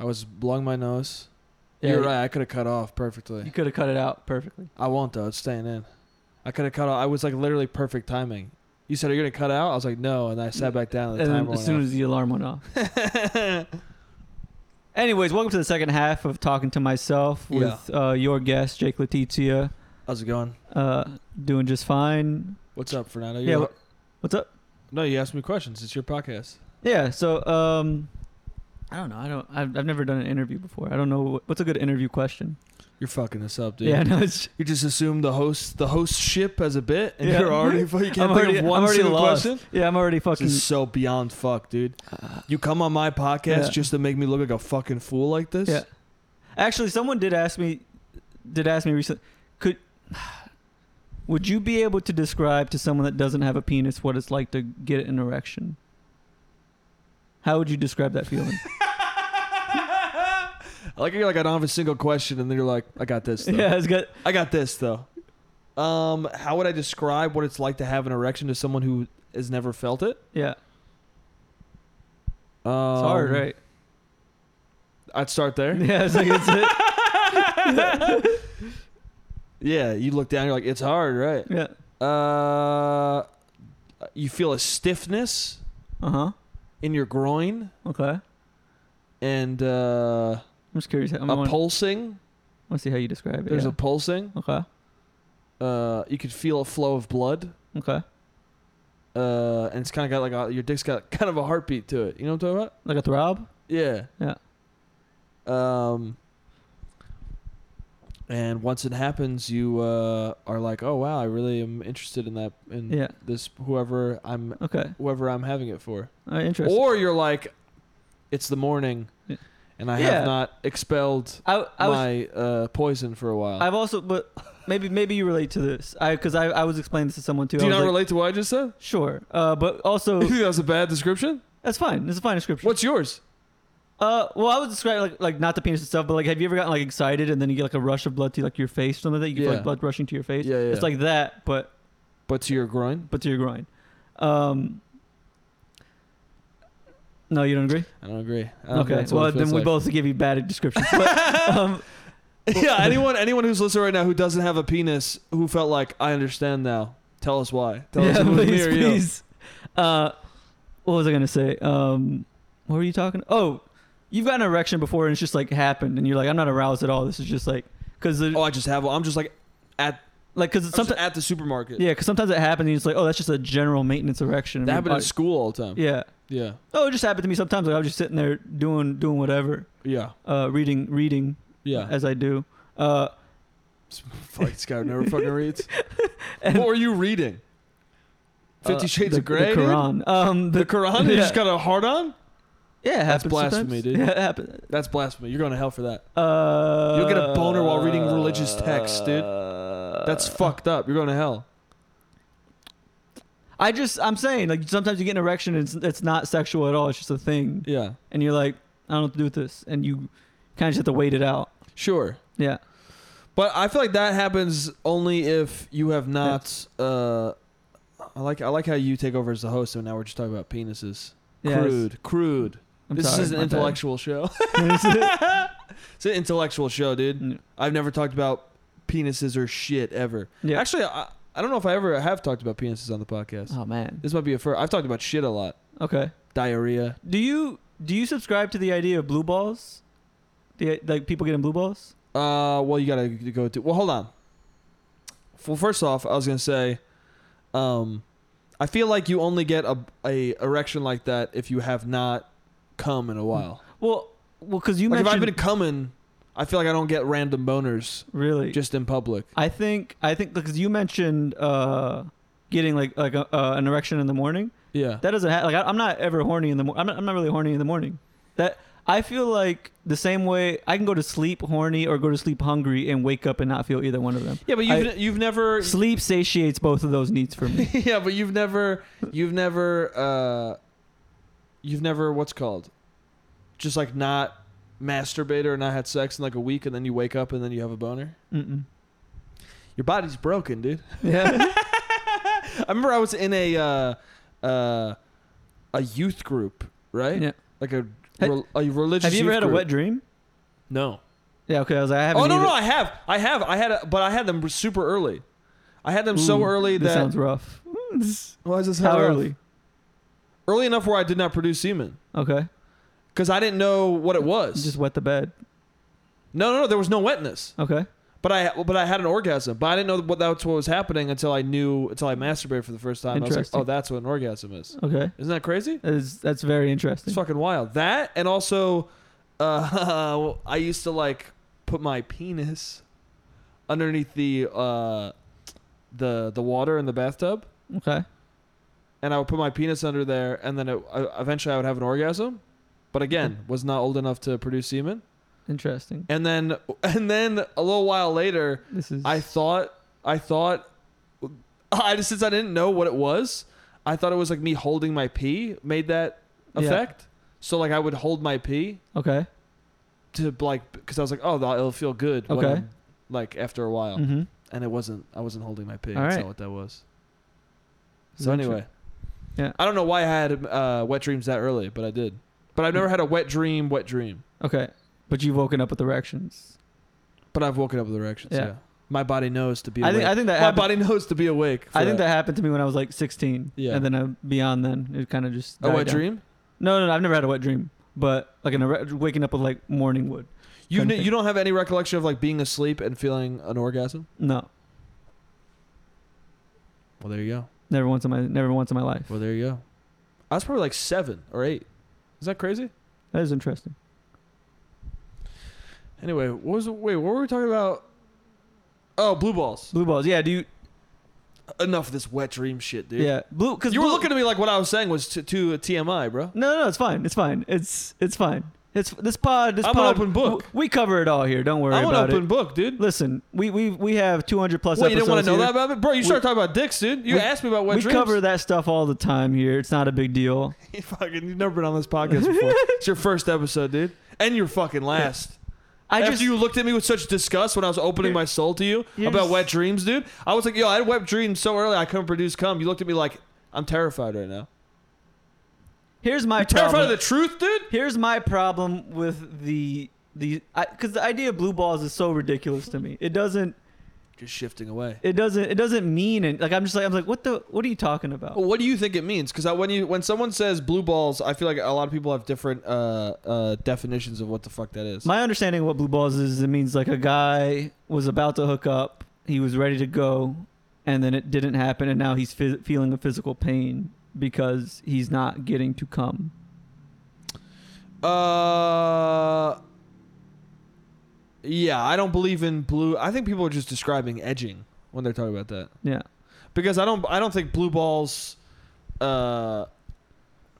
I was blowing my nose.
Yeah,
You're
you-
right. I could have cut off
you
perfectly.
could have cut it out perfectly.
I won't though. It's staying in. I could have cut off. I was like literally perfect timing. You said, "Are you gonna cut out?" I was like, "No," and I sat back down. And the
and
timer
then
went
as soon
off.
as the alarm went off. Anyways, welcome to the second half of talking to myself with uh, your guest Jake Letizia.
How's it going?
Uh, doing just fine.
What's up, Fernando?
Yeah,
You're-
what- What's up?
no, you asked me questions. It's your podcast.
Yeah. So um, I don't know. I don't. I've, I've never done an interview before. I don't know what, what's a good interview question.
You're fucking this up, dude.
Yeah. No. It's
You just assume the host the host ship as a bit, and
Yeah.
you're already fu- you can't
I'm
think
already-
of one
I'm already
single
lost.
question.
yeah. I'm already
This
fucking.
is so beyond fuck, dude. You come on my podcast
Yeah.
just to make me look like a fucking fool like this.
Yeah. Actually, someone did ask me, did ask me recently, could, would you be able to describe to someone that doesn't have a penis what it's like to get an erection? How would you describe that feeling?
I like how you're like I don't have a single question, and then you're like I got this. Though.
yeah, it's got.
I got this though. Um, how would I describe what it's like to have an erection to someone who has never felt it?
Yeah, it's
Um,
hard, right?
I'd start there.
Yeah, it's like it's it.
Yeah, you look down, you're like, it's hard, right?
Yeah.
Uh, you feel a stiffness
Uh huh.
in your groin
Okay.
and uh,
I'm just curious. I'm
a
gonna,
pulsing.
want to see how you describe it.
There's
yeah.
a pulsing.
okay.
Uh, you could feel a flow of blood.
Okay.
Uh, and it's kind of got like a, your dick's got kind of a heartbeat to it. You know what I'm talking about?
Like a throb.
Yeah.
Yeah.
Um and once it happens you uh are like, "Oh wow, I really am interested in that in
Yeah.
this whoever I'm
Okay.
whoever I'm having it for."
All right, interesting.
Or you're like, "It's the morning
Yeah.
and I
Yeah.
have not expelled
I, I was
my uh poison for a while."
I've also, but maybe maybe you relate to this. I because I, I was explaining this to someone too.
Do you
I was
not
like,
relate to what I just said?
Sure, uh, but also
You think that was a bad description?
that's fine. It's a fine description.
What's yours?
Uh, well, I was describing like like not the penis itself, but like have you ever gotten like excited and then you get like a rush of blood to like your face, or something like that you get
Yeah.
like blood rushing to your face.
Yeah, yeah,
It's
yeah.
like that, but
But to your groin?
but to your groin. Um. No, you don't agree.
I don't agree. I don't think
okay,
Um, that's what
well
it
then
feels
we
like.
both give you bad descriptions. But, um,
yeah, anyone anyone who's listening right now who doesn't have a penis who felt like I understand now, tell us why. Tell us
yeah,
if it was me
please,
or you.
please. Uh, what was I gonna say? Um, what were you talking? Oh, you've got an erection before, and it's just like happened, and you're like, I'm not aroused at all. This is just like, cause it,
Oh, I just have one. I'm just like
like, cause it's
I'm just
sometimes,
at the supermarket.
yeah, cause sometimes it happens, and it's like, oh, that's just a general maintenance erection. in
That
my
happened in
body.
school all the time.
yeah.
Yeah.
Oh, it just happened to me sometimes. Like I was just sitting there doing doing whatever,
Yeah.
uh, reading reading,
Yeah.
as I do. Uh,
Fuck, this guy never fucking reads. what were you reading? Fifty
uh,
Shades
the-
of Grey. dude?
the Quran. Um, the,
The Quran? You
Yeah.
just got a hard on?
yeah, it
That's
happens
blasphemy,
sometimes.
dude.
Yeah, it happens.
That's blasphemy. You're going to hell for that.
Uh,
You'll get a boner while reading religious texts, dude.
Uh,
That's fucked up. You're going to hell.
I just, I'm saying, like, sometimes you get an erection and it's, it's not sexual at all. It's just a thing.
Yeah.
And you're like, I don't know what to do with this. And you kind of just have to wait it out.
Sure.
Yeah.
But I feel like that happens only if you have not. Uh, I like I like how you take over as the host, and now we're just talking about penises.
Yeah, it's-
Crude, crude.
I'm
this
sorry,
is an
my bad.
intellectual show. it's an intellectual show, dude.
Yeah.
I've never talked about penises or shit ever.
yeah.
Actually, I, I don't know if I ever have talked about penises on the podcast.
oh, man.
This might be a first. I've talked about shit a lot.
Okay.
Diarrhea.
Do you, do you subscribe to the idea of blue balls? The, like, people getting blue balls?
Uh, well, you gotta go to. Well, hold on. Well, first off, I was gonna say, um, I feel like you only get a a erection like that if you have not come in a while.
Well, well, because you
like if I've
mentioned.
been coming, I feel like I don't get random boners
really?
just in public.
I think, I think, because you mentioned uh, getting, like, like a, uh, an erection in the morning.
Yeah,
That doesn't happen. Like I, I'm not ever horny in the morning. I'm not, I'm not really horny in the morning. That I feel like the same way I can go to sleep horny or go to sleep hungry and wake up and not feel either one of them.
yeah, but you've
I-
you've never.
Sleep satiates both of those needs for me.
yeah, but you've never you've never uh, you've never what's it called, just like not masturbated or not had sex in like a week, and then you wake up and then you have a boner.
Mm-mm.
Your body's broken, dude.
Yeah.
I remember I was in a uh, uh, a youth group, right?
Yeah.
Like a
Hey,
re- a religious.
Have you ever
youth
had a
group.
wet dream?
No.
Yeah. Okay. I was. Like, I haven't.
Oh no,
either.
no, I have, I have, I had, a, but I had them super early. I had them so
Ooh,
early
This
that
sounds rough.
why is this
How
sound rough?
early?
Early enough where I did not produce semen
Okay.
because I didn't know what it
You
was.
just wet the bed.
no, no, no, there was no wetness.
Okay.
But I, but I had an orgasm. But I didn't know what that's what was happening until I knew until I masturbated for the first time. I was like,
Interesting.
oh, that's what an orgasm is.
Okay.
Isn't that crazy?
That is, that's very
It's
interesting.
fucking wild. That and also, uh, I used to like put my penis underneath the uh, the the water in the bathtub,
Okay.
and I would put my penis under there, and then it, I, eventually I would have an orgasm. But again, was not old enough to produce semen.
Interesting.
And then and then a little while later,
This is.
I thought I thought I just since I didn't know what it was, I thought it was like me holding my pee made that
Yeah.
effect. So like I would hold my pee
okay.
to like because I was like, oh, th- it'll feel good. when
Okay.
I'm- like after a while,
Mm-hmm.
and it wasn't. I wasn't holding my pee.
All
That's
right.
not what that was. So anyway,
Yeah.
I don't know why I had uh, wet dreams that early, but I did. But
Mm.
I've never had a wet dream. Wet dream.
Okay. But you've woken up with erections.
But I've woken up with erections.
Yeah.
Yeah. My body knows to be.
I
Awake.
think- I think that
my
happened-
body knows to be awake. for
I think that happened to me when I was like 16.
Yeah.
And then uh, beyond then, it kind of just.
a
died
wet
down.
dream.
No, no, no, I've never had a wet dream. but like in a re- waking up with like morning wood.
You
Couldn't
kn-
think-
you don't have any recollection of like being asleep and feeling an orgasm?
No,
Well, there you go.
never once in my never once in my life.
Well, there you go. I was probably like seven or eight. Is that crazy?
That is interesting.
Anyway, what was wait? What were we talking about? Oh, blue balls.
Blue balls. Yeah, do you?
Enough of this wet dream shit, dude.
Yeah, blue. Because
You were looking at me like what I was saying was to, to TMI, bro.
No, no, it's fine. It's fine. It's it's fine. It's this pod. This
I'm an
pod,
open book.
w- We cover it all here. Don't worry
I'm an
about
open
it.
book, dude.
Listen, we we we have 200 plus
What, you
episodes.
didn't want to know
here.
that about it, bro? You started talking about dicks, dude. You
we-
asked me about wet
We
dreams.
cover that stuff all the time here. It's not a big deal.
You fucking, you've never been on this podcast before. it's your first episode, dude, and your fucking last.
I
After
just
you looked at me with such disgust when I was opening
You're-
my soul to you
you're
about
just-
wet dreams, dude, I was like, "Yo, I had wet dreams so early I couldn't produce cum." You looked at me like, "I'm terrified right now."
here's my
You
problem.
terrified of the truth, dude?
Here's my problem with the the because the idea of blue balls is so ridiculous to me. It doesn't
Just shifting away.
it doesn't it doesn't mean and like I'm just like I'm like what the what are you talking about?
What do you think it means? Because when you when someone says blue balls, I feel like a lot of people have different uh, uh, definitions of what the fuck that is.
My understanding of what blue balls is it means like a guy was about to hook up, he was ready to go, and then it didn't happen, and now he's phys- feeling a physical pain because he's not getting to come.
uh, yeah, I don't believe in blue. I think people are just describing edging when they're talking about that.
Yeah,
because I don't I don't think blue balls. Uh,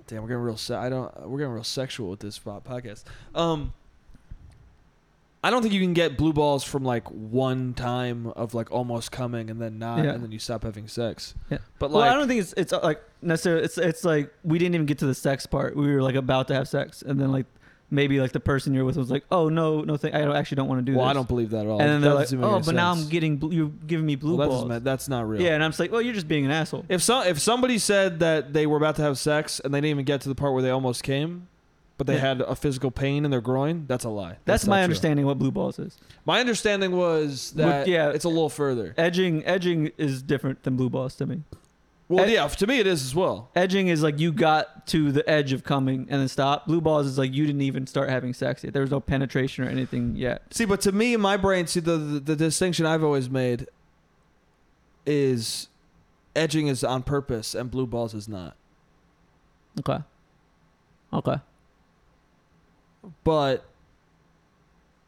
damn, we're getting real. Se- I don't. We're getting real sexual with this po- podcast. Um, I don't think you can get blue balls from like one time of like almost coming and then not
Yeah.
and then you stop having sex.
Yeah.
But
well,
like,
I don't think it's it's uh, like necessarily. It's it's like we didn't even get to the sex part. We were like about to have sex, and then like maybe like the person you're with was like, oh no, no, thing, I don't, actually don't want to do
well,
this.
I don't believe that at all.
and then
That
they're like,
doesn't make
oh,
any
but now I'm
sense.
getting bl- you're giving me blue
Well, that doesn't
balls.
ma- that's not real.
Yeah, and I'm just like, well, you're just being an asshole.
If some if somebody said that they were about to have sex and they didn't even get to the part where they almost came, but they
Yeah.
had a physical pain in their groin, that's a lie.
That's,
not
my
true.
understanding of what blue balls is.
My understanding was that
With- yeah.
it's a little further.
Edging, edging is different than blue balls to me.
Well,
Ed-
yeah, to me it is as well.
Edging is like you got to the edge of coming and then stop. Blue balls is like you didn't even start having sex yet. There was no penetration or anything yet.
See, but to me, in my brain, see the, the the distinction I've always made is edging is on purpose and blue balls is not.
Okay. Okay.
But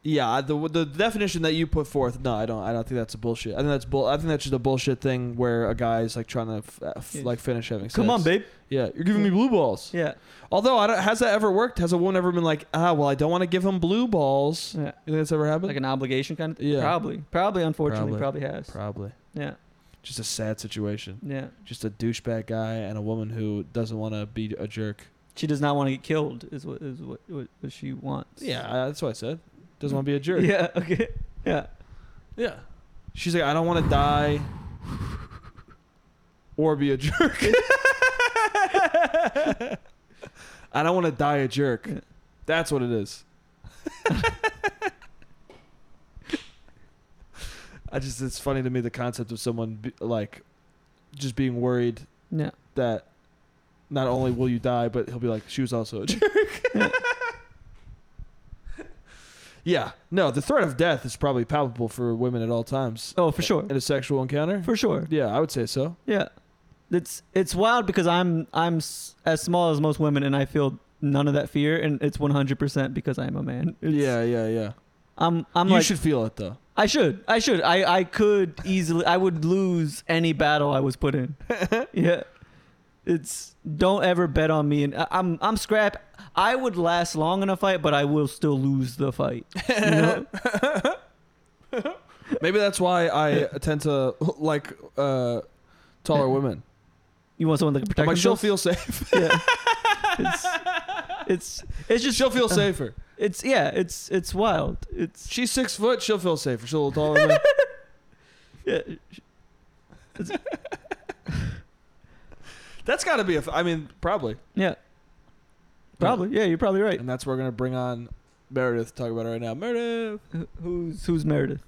yeah, the the definition that you put forth, no, I don't. I don't think that's a bullshit. I think that's bull. I think that's just a bullshit thing where a guy's like trying to f- uh, f-
Yeah.
like finish having sex.
Come on, babe.
Yeah, you're giving me blue balls.
Yeah.
Although, I don't, has that ever worked? Has a woman ever been like, ah, well, I don't want to give him blue balls?
Yeah.
You think that's ever happened?
Like an obligation kind of thing?
Yeah.
Probably. Probably, unfortunately,
Probably.
probably, has.
Probably.
yeah.
Just a sad situation.
Yeah.
Just a douchebag guy and a woman who doesn't want to be a jerk.
She does not want to get killed, is what is what, what, what she wants.
Yeah, I- that's what I said. Doesn't want to be a jerk.
Yeah. Okay. Yeah.
Yeah. She's like, I don't want to die or be a jerk. I don't want to die a jerk.
Yeah.
That's what it is. I just, it's funny to me the concept of someone be, like just being worried
Yeah.
that not only will you die, but he'll be like, she was also a jerk. yeah, no, the threat of death is probably palpable for women at all times
Oh, for sure.
in a sexual encounter.
For sure.
yeah, I would say so.
Yeah, it's it's wild because I'm I'm s- as small as most women, and I feel none of that fear, and it's 100 percent because I'm a man. It's-
yeah, yeah, yeah.
I'm I'm
you
like
should feel it though.
I should I should I I could easily I would lose any battle I was put in. yeah, it's don't ever bet on me, and I, I'm I'm scrap. I would last long in a fight, but I will still lose the fight. you know?
Maybe that's why I tend to like uh, taller women.
You want someone that can protect
I'm like, she'll
themselves?
feel safe.
Yeah. it's, it's it's just
She'll feel safer.
it's yeah it's it's wild it's
She's six foot. She'll feel safer. She's a little taller. Than me.
yeah,
That's got to be a. F- I mean, probably.
Yeah. Probably. Yeah, you're probably right.
And that's where we're gonna bring on Meredith. to Talk about it right now, Meredith.
Who- Who's who's Meredith?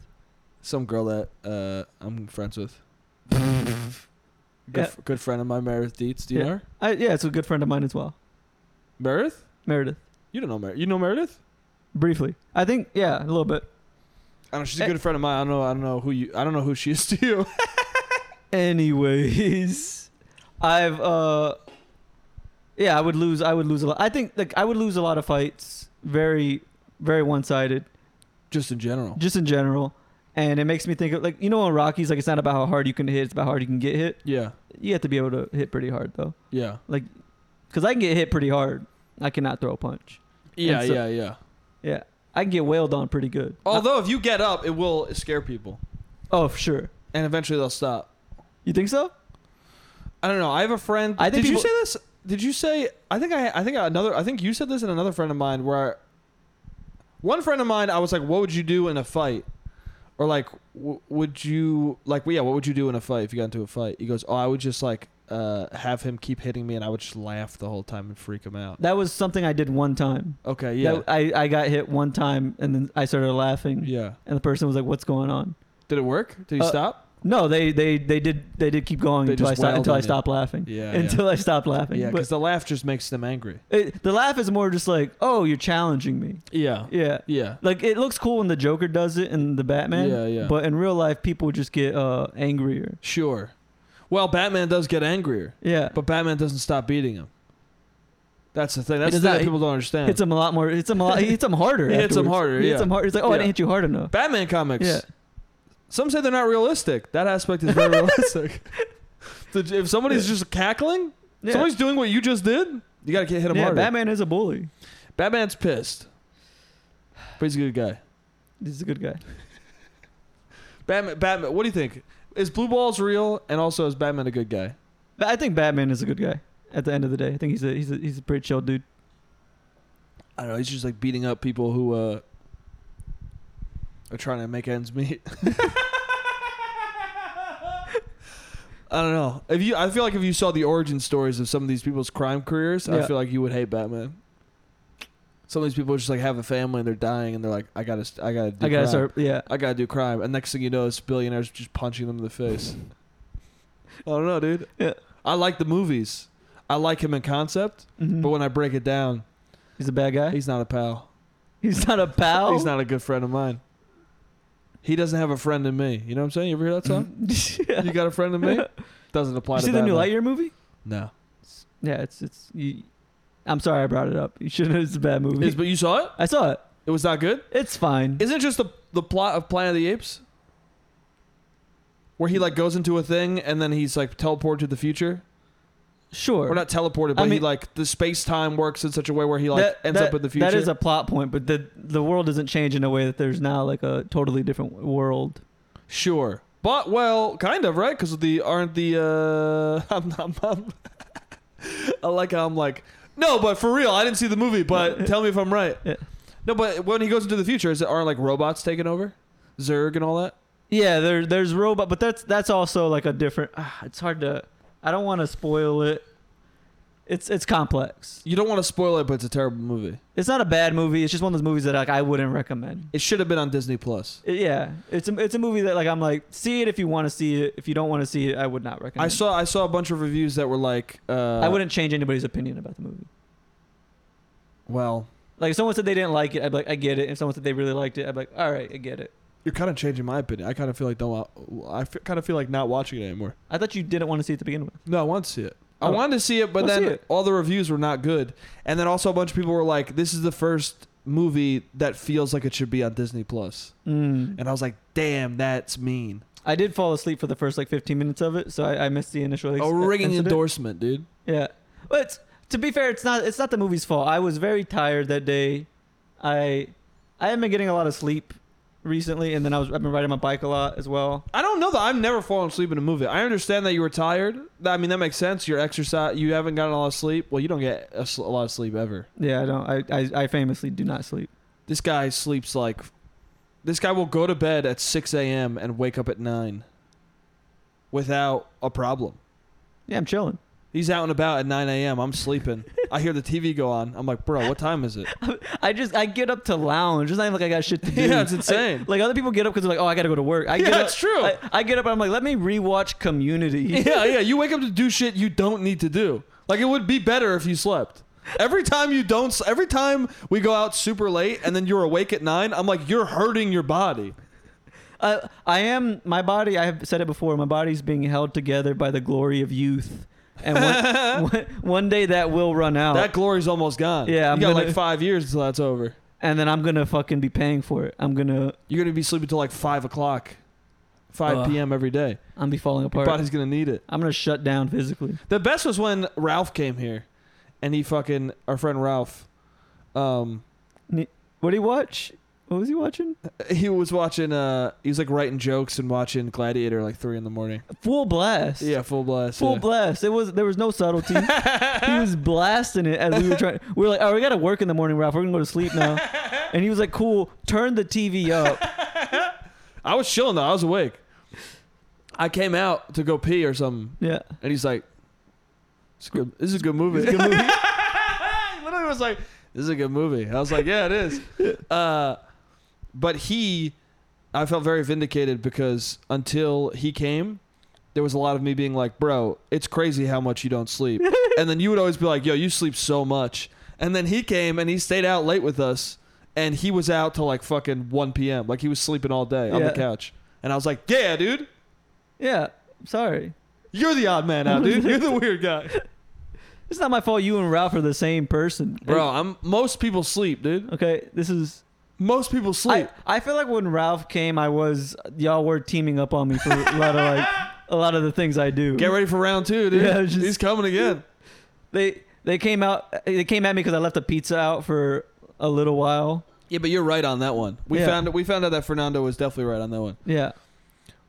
Some girl that uh, I'm friends with. Good,
Yeah.
f- good friend of mine, Meredith Dietz. Do you
Yeah.
know her?
I, yeah, it's a good friend of mine as well.
Meredith?
Meredith.
You don't know Meredith. You know Meredith?
Briefly, I think yeah, a little bit.
I don't know. She's a
Eh.
good friend of mine. I don't know. I don't know who you. I don't know who she is to you.
Anyways, I've uh, yeah, I would lose. I would lose a lot. I think like I would lose a lot of fights. Very, very one sided.
Just in general.
just in general. And it makes me think of like you know in Rockies like it's not about how hard you can hit, it's about how hard you can get hit.
Yeah.
You have to be able to hit pretty hard though,
Yeah.
because I can get hit pretty hard. I cannot throw a punch.
Yeah.
so-
yeah. Yeah.
Yeah, I can get wailed on pretty good.
Although if you get up, it will scare people,
oh, for sure.
and eventually they'll stop.
You think so?
I don't know. I have a friend.
I think
Did you
people-
say this? Did you say? I think I. I think another. I think you said this in another friend of mine where. one friend of mine, I was like, "What would you do in a fight?" Or like, w- "Would you like? Yeah, what would you do in a fight if you got into a fight?" He goes, "Oh, I would just like uh, have him keep hitting me, and I would just laugh the whole time and freak him out."
That was something I did one time.
Okay. Yeah.
That- I I got hit one time and then I started laughing.
yeah.
And the person was like, "What's going on?"
Did it work? Did he
Uh,
stop?
No, they they they did they did keep going
They
until I
just
sto-
wailed
until
on
I
you.
stopped laughing.
Yeah.
until I stopped laughing.
yeah. Yeah.
but
Because the laugh just makes them angry.
it, the laugh is more just like, "Oh, you're challenging me."
Yeah.
Yeah.
Yeah.
Like it looks cool when the Joker does it in the Batman.
Yeah, yeah.
But in real life, people just get uh angrier.
Sure. Well, Batman does get angrier.
Yeah.
But Batman doesn't stop beating him. That's the thing. That's the
does
thing
not-
that people don't understand.
hits him a lot more. Hits him a lot. He hits him harder.
He hits him
afterwards.
harder,
He
yeah.
hits him hard. He's like, oh, I
Yeah.
didn't hit you hard enough.
Batman comics.
Yeah.
Some say they're not realistic. That aspect is very realistic. The- if somebody's just cackling,
Yeah.
somebody's doing what you just did, you got to hit him
yeah,
harder.
Batman is a bully.
Batman's pissed. But he's a good guy.
He's a good guy.
Batman, Batman, what do you think? Is Blue Balls real? And also, is Batman a good guy?
But I think Batman is a good guy. At the end of the day, I think he's a he's a, he's a pretty chill dude.
I don't know. He's just like beating up people who uh, are trying to make ends meet. I don't know. If you, I feel like if you saw the origin stories of some of these people's crime careers, I
Yeah.
feel like you would hate Batman. Some of these people just like have a family and they're dying and they're like, I gotta, st- I gotta, do
I gotta
crime.
start. Yeah.
I gotta do crime. And next thing you know, it's billionaires just punching them in the face. I don't know, dude.
Yeah.
I like the movies. I like him in concept,
Mhm.
but when I break it down,
he's a bad guy.
Mm-hmm. he's not a pal.
He's not a pal.
He's not a good friend of mine. He doesn't have a friend in me. You know what I'm saying? You ever hear that song?
yeah.
You got a friend in me? Doesn't apply
You
to
see the new
Batman.
Lightyear movie?
No.
It's- yeah. It's it's. You, I'm sorry I brought it up. You shouldn't. It's a bad movie.
Is- but you saw it?
I saw it.
It was not good?
It's fine.
Isn't it just the, the plot of Planet of the Apes? Where he like goes into a thing and then he's like teleported to the future?
sure.
Or not teleported, but he
mean-
like the space time works in such a way where he like ends up in the future.
That is a plot point, but the the world doesn't change in a way that there's now like a totally different world.
Sure. But well, kind of right because the aren't the uh, I'm, I'm, I'm I like how I'm like no, but for real, I didn't see the movie. But tell me if I'm right.
Yeah.
No, but when he goes into the future, is it aren't like robots taking over, Zerg and all that?
Yeah, there there's robot, but that's that's also like a different. ah, it's hard to. I don't want to spoil it. It's it's complex.
You don't want to spoil it, but it's a terrible movie.
It's not a bad movie. It's just one of those movies that like I wouldn't recommend.
It should have been on Disney Plus.
It- yeah, it's a it's a movie that like I'm like see it if you want to see it. If you don't want to see it, I would not recommend.
I
it.
saw I saw a bunch of reviews that were like, uh,
I wouldn't change anybody's opinion about the movie.
Well,
Like if someone said they didn't like it, I'd be like I get it. If someone said they really liked it, I'd be like all right, I get it.
you're kind of changing my opinion. I kind of feel like don't. wa- I kind of feel like not watching it anymore.
I thought you didn't want to see it to begin with.
No, I want to see it. I
Oh.
wanted to see it, but
Let's
then
see it.
all the reviews were not good. And then also a bunch of people were like, "This is the first movie that feels like it should be on Disney Plus."
Mm.
And I was like, "Damn, that's mean."
I did fall asleep for the first like 15 minutes of it, so I, I missed the initial. ex-
A ringing
incident.
endorsement, dude.
Yeah, but it's- to be fair, it's not it's not the movie's fault. I was very tired that day. I I haven't been getting a lot of sleep recently, and then I was I've been riding my bike a lot as well.
I don't know that I've never fallen asleep in a movie. I understand that you were tired. That- I mean, that makes sense. You're exercise. You haven't gotten a lot of sleep. Well, you don't get a, sl- a lot of sleep ever.
Yeah, I don't. I, I I famously do not sleep.
This guy sleeps like. This guy will go to bed at 6 a.m. and wake up at 9 without a problem.
Yeah, I'm chilling.
He's out and about at 9 a.m. I'm sleeping. I hear the TV go on. I'm like, bro, what time is it?
I just I get up to lounge. It's not even like I got shit to do.
Yeah, it's
Like-
insane.
Like, other people get up because they're like, oh, I gotta go to work. I
Yeah,
get up,
it's true.
I, I get up. and I'm like, let me rewatch Community.
yeah, yeah. You wake up to do shit you don't need to do. Like, it would be better if you slept. Every time you don't, s- every time we go out super late and then you're awake at nine, I'm like, you're hurting your body.
I, I am my body. I have said it before. My body's being held together by the glory of youth, and one, one, one day that will run out,
That glory's almost gone.
Oh. Yeah,
you
I'm
got
gonna-
like five years until that's over.
and then I'm gonna fucking be paying for it. I'm gonna
You're gonna be sleeping till like five o'clock, five
Ugh.
p.m. every day.
I'm be falling
Your
apart.
body's gonna need it.
I'm gonna shut down physically.
The best was when Ralph came here, and he fucking our friend Ralph. Um,
What did he watch? What was he watching?
he was watching. Uh, he was like writing jokes and watching Gladiator like three in the morning.
Full blast.
Yeah, full blast.
Full
yeah.
blast. It was there was no subtlety. he was blasting it as we were trying. We were like, "Oh, we gotta work in the morning, Ralph. We're gonna go to sleep now." And he was like, "Cool, turn the TV up."
I was chilling though. I was awake. I came out to go pee or something,
Yeah.
and he's like, "This is a good, this is a good movie." This is a good movie. he literally was like, "This is a good movie." I was like, "Yeah, it is." Uh, but he, I felt very vindicated because until he came, there was a lot of me being like, "Bro, it's crazy how much you don't sleep," and then you would always be like, "Yo, you sleep so much," and then he came and he stayed out late with us, and he was out till like fucking one p.m. Like he was sleeping all day on the
Yeah.
couch, and I was like, "Yeah, dude."
Yeah. Sorry.
You're the odd man out, dude. You're the weird guy.
It's not my fault you and Ralph are the same person.
Bro, I'm most people sleep, dude.
Okay, this is
Most people sleep.
I, I feel like when Ralph came I was y'all were teaming up on me for a lot of like a lot of the things I do.
Get ready for round two, dude.
Yeah, just-
He's coming again.
They they came out they came at me cuz I left a pizza out for a little while.
Yeah, but you're right on that one. We
Yeah.
found we found out that Fernando was definitely right on that one.
Yeah.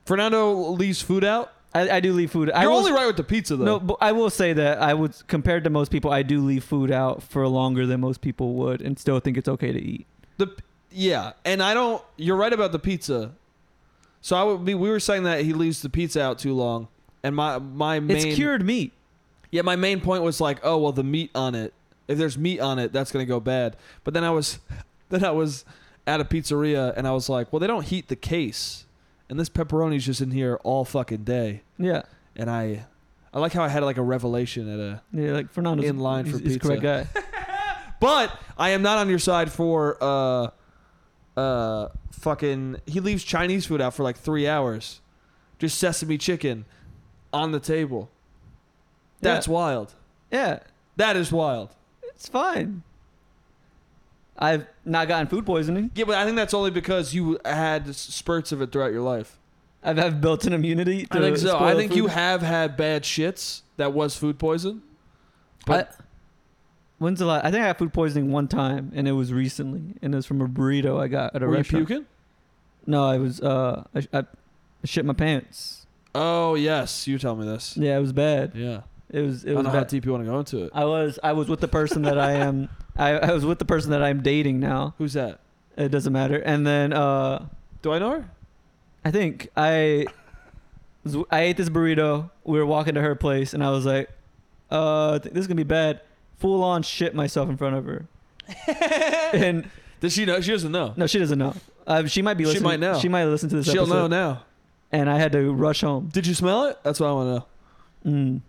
Fernando leaves food out.
I, I do leave food. I
You're
will,
only right with the pizza though.
No, but I will say that I would compared to most people I do leave food out for longer than most people would and still think it's okay to eat.
The yeah, and I don't. You're right about the pizza. So I would be. We were saying that he leaves the pizza out too long, and my my main
It's cured meat.
Yeah, my main point was like, oh well, the meat on it. If there's meat on it, that's gonna go bad. But then I was, then I was at a pizzeria and I was like, well, they don't heat the case, and this pepperoni's just in here all fucking day.
Yeah.
And I, I like how I had like a revelation at a.
Yeah, like Fernando's
In line
he's-
for
he's the correct guy.
But I am not on your side for uh, uh, fucking. He leaves Chinese food out for like three hours, just sesame chicken, on the table. That's wild.
Yeah.
That is wild.
It's fine. I've not gotten food poisoning.
Yeah, but I think that's only because you had s- spurts of it throughout your life.
I've have built-in immunity. To
I think so. I
spoiled
think
food.
you have had bad shits that was food poison. But
I- when's the last? I think I got food poisoning one time, and it was recently, and it was from a burrito I got at a
were you
restaurant.
puking?
No, I was. Uh, I, sh- I shit my pants.
Oh yes, you tell me this.
Yeah, it was bad.
Yeah,
It was.
I
It
don't
was
know how
bad.
deep you want to go into it.
I was. I was with the person that I am. I, I was with the person that I'm dating now.
Who's that?
It doesn't matter. And then uh,
Do I know her?
I think I was- I ate this burrito. We were walking to her place, and I was like, "Uh, I think this is gonna be bad." Full on shit myself in front of her, and
Does she know? She doesn't know.
no, she doesn't know. Um, she might be
She
listening.
might know.
She might listen to this
She'll know
episode.
now.
And I had to rush home.
Did you smell it? That's what I want
Mm.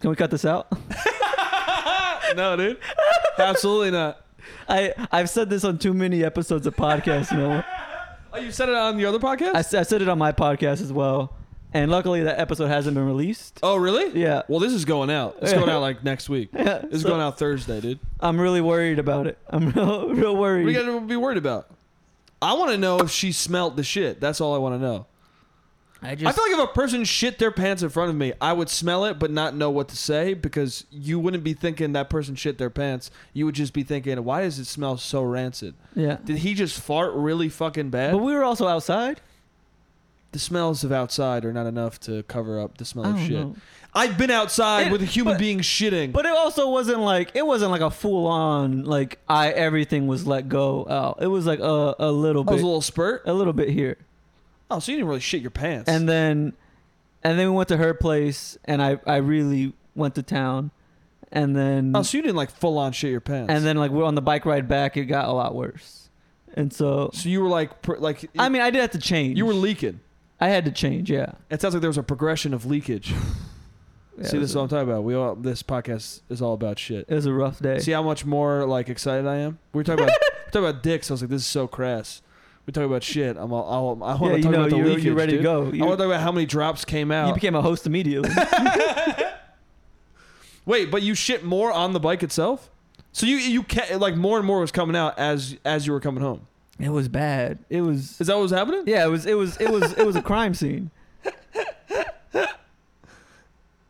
Can we cut this out?
to know. no, dude. Absolutely not.
I I've said this on too many episodes of podcasts. You know,
Oh, you said it on the other podcast?
I, s- I said it on my podcast as well, and luckily that episode hasn't been released.
oh, really?
Yeah,
Well, this is going out. It's going out like next week.
yeah.
It's
so
going out Thursday, dude.
I'm really worried about it. I'm real real worried.
What do you gotta be worried about? I want to know if she smelt the shit. That's all I want to know.
I
I feel like if a person shit their pants in front of me, I would smell it but not know what to say because you wouldn't be thinking that person shit their pants. You would just be thinking, why does it smell so rancid?
yeah.
Did he just fart really fucking bad?
But we were also outside.
the smells of outside are not enough to cover up the smell
I
of
don't
shit.
know.
I've been outside
It-
with a human
Oh, but-
being shitting.
But it also wasn't like it wasn't like a full on like I everything was let go out. It was like a a little
I was
bit
a
a,
little spurt.
little bit here.
Oh, so you didn't really shit your pants.
And then and then we went to her place and I I really went to town. And then
oh, so you didn't like full on shit your pants.
and then like we're on the bike ride back it got a lot worse. And so
so you were like, pr- like
I mean I did have to change.
you were leaking.
I had to change, yeah.
It sounds like there was a progression of leakage.
Yeah,
See,
it
this is
was
what
a-
I'm talking about. We all this podcast is all about shit.
It was a rough day.
See how much more like excited I am. We were talking about we were talking about dicks. I was like, this is so crass. We talking about shit. I'm all, I'll, I want
yeah,
to
you
talk
know,
about the
you're,
leakage,
you're ready
dude.
to go.
I
You,
want to talk about how many drops came
you
out.
became a host immediately.
Wait, but you shit more on the bike itself. So you you ca like more and more was coming out as as you were coming home.
it was bad. It was.
Is that what was happening?
Yeah, it was. It was. It was. It was a crime scene.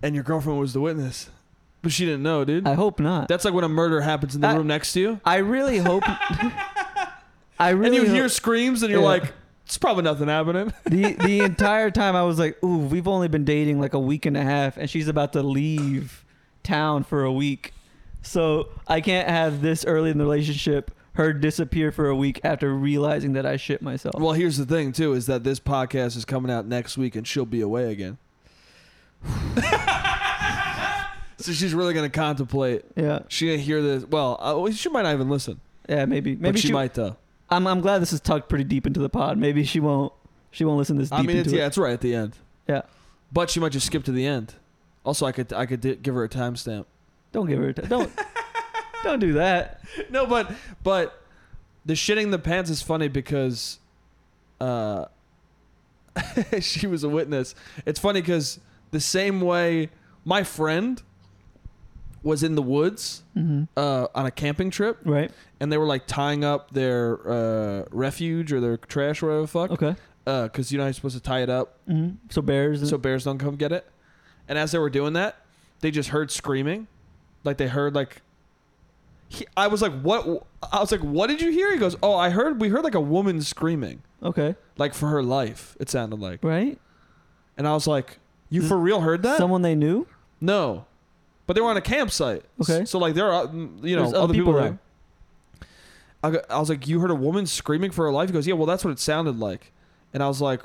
And your girlfriend was the witness, but she didn't know, dude.
I hope not.
That's like when a murder happens in the
I-
room next to you,
I really hope. I really.
and you
hope-
hear screams, and you're
Yeah.
like, it's probably nothing happening.
the the entire time I was like, "Ooh, we've only been dating like a week and a half, and she's about to leave town for a week, so I can't have this early in the relationship her disappear for a week after realizing that I shit myself."
Well, here's the thing too: is that this podcast is coming out next week, and she'll be away again. so she's really gonna contemplate.
yeah,
She gonna hear this. Well, uh, she might not even listen.
yeah, maybe,
Maybe
maybe
but she,
she.
might though.
I'm I'm glad this is tucked pretty deep into the pod. Maybe she won't. She won't listen this deep
I mean,
into
it's,
it.
yeah, it's right at the end.
Yeah.
but she might just skip to the end. Also, I could I could di- give her a timestamp.
Don't give her. A t- don't. don't do that.
no, but but the shitting the pants is funny because uh she was a witness. It's funny because the same way my friend was in the woods
hmm
uh, on a camping trip
Right.
and they were like tying up their uh, refuge or their trash or whatever the fuck
Okay.
because you know how you're supposed to tie it up
hmm So bears. And,
Mm-hmm. so bears don't come get it. And as they were doing that, they just heard screaming, like they heard like. He, I was like, "What?" I was like, "What did you hear?" He goes, "Oh, I heard. We heard like a woman screaming,
okay.
like for her life. It sounded like."
Right.
And I was like, "You for real heard that?"
Someone they knew.
no, but they were on a campsite.
Okay.
so like there are, mm, you know,
There's
other, people,
there.
there. I, go- I was like, "You heard a woman screaming for her life?" He goes, "Yeah, well, that's what it sounded like." And I was like,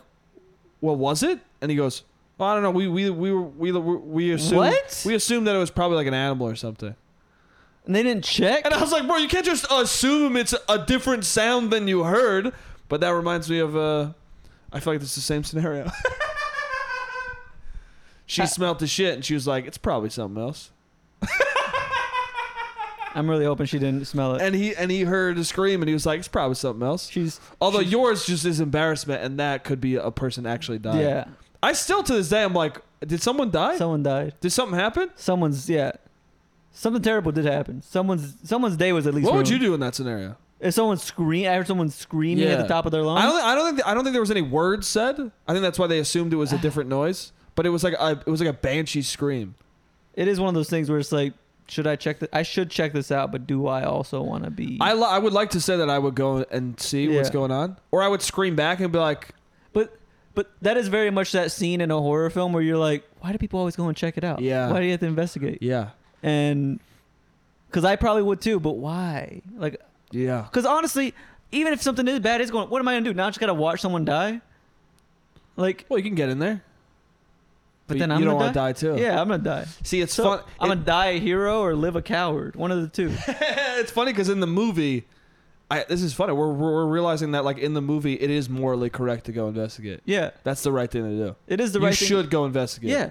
"Well, was it?" And he goes, well, "I don't know. We we we were- we we, we assumed
What?
we assumed that it was probably like an animal or something."
And they didn't check.
And I was like, "Bro, you can't just assume it's a different sound than you heard." But that reminds me of uh, I feel like this is the same scenario. she
I-
smelled the shit and she was like, "It's probably something else."
I'm really hoping she didn't smell it.
And he and he heard a scream and he was like, "It's probably something else."
She's
Although
she's-
yours just is embarrassment, and that could be a person actually dying.
yeah,
I still to this day I'm like, did someone die?
someone died.
did something happen?
Someone's yeah, something terrible did happen. Someone's someone's day was at least.
What would you
ruined.
do in that scenario?
If someone scream, I heard someone screaming at
Yeah.
the top of their lungs.
I don't. I don't think. I don't think there was any words said. I think that's why they assumed it was a different noise. But it was like a, it was like a banshee scream.
it is one of those things where it's like, should I check? The, I should check this out, but do I also want to be?
I, li- I would like to say that I would go and see what's
Yeah.
going on, or I would scream back and be like,
but but that is very much that scene in a horror film where you're like, why do people always go and check it out?
Yeah.
Why do you have to investigate?
"Yeah,
And because I probably would too, but why? Like
yeah."
Because honestly, even if something is bad, it's going. What am I gonna do now? I just gotta watch someone die. Like,
Well, you can get in there,
But then
you,
I'm
you don't
gonna
want to die too.
yeah, I'm gonna die.
See, it's
So
fun.
I'm
it-
gonna die a hero or live a coward. One of the two.
it's funny because in the movie, I, this is funny. We're, we're we're realizing that like in the movie, it is morally correct to go investigate.
Yeah,
That's the right thing to do.
it is the
you
right thing.
should go investigate.
Yeah,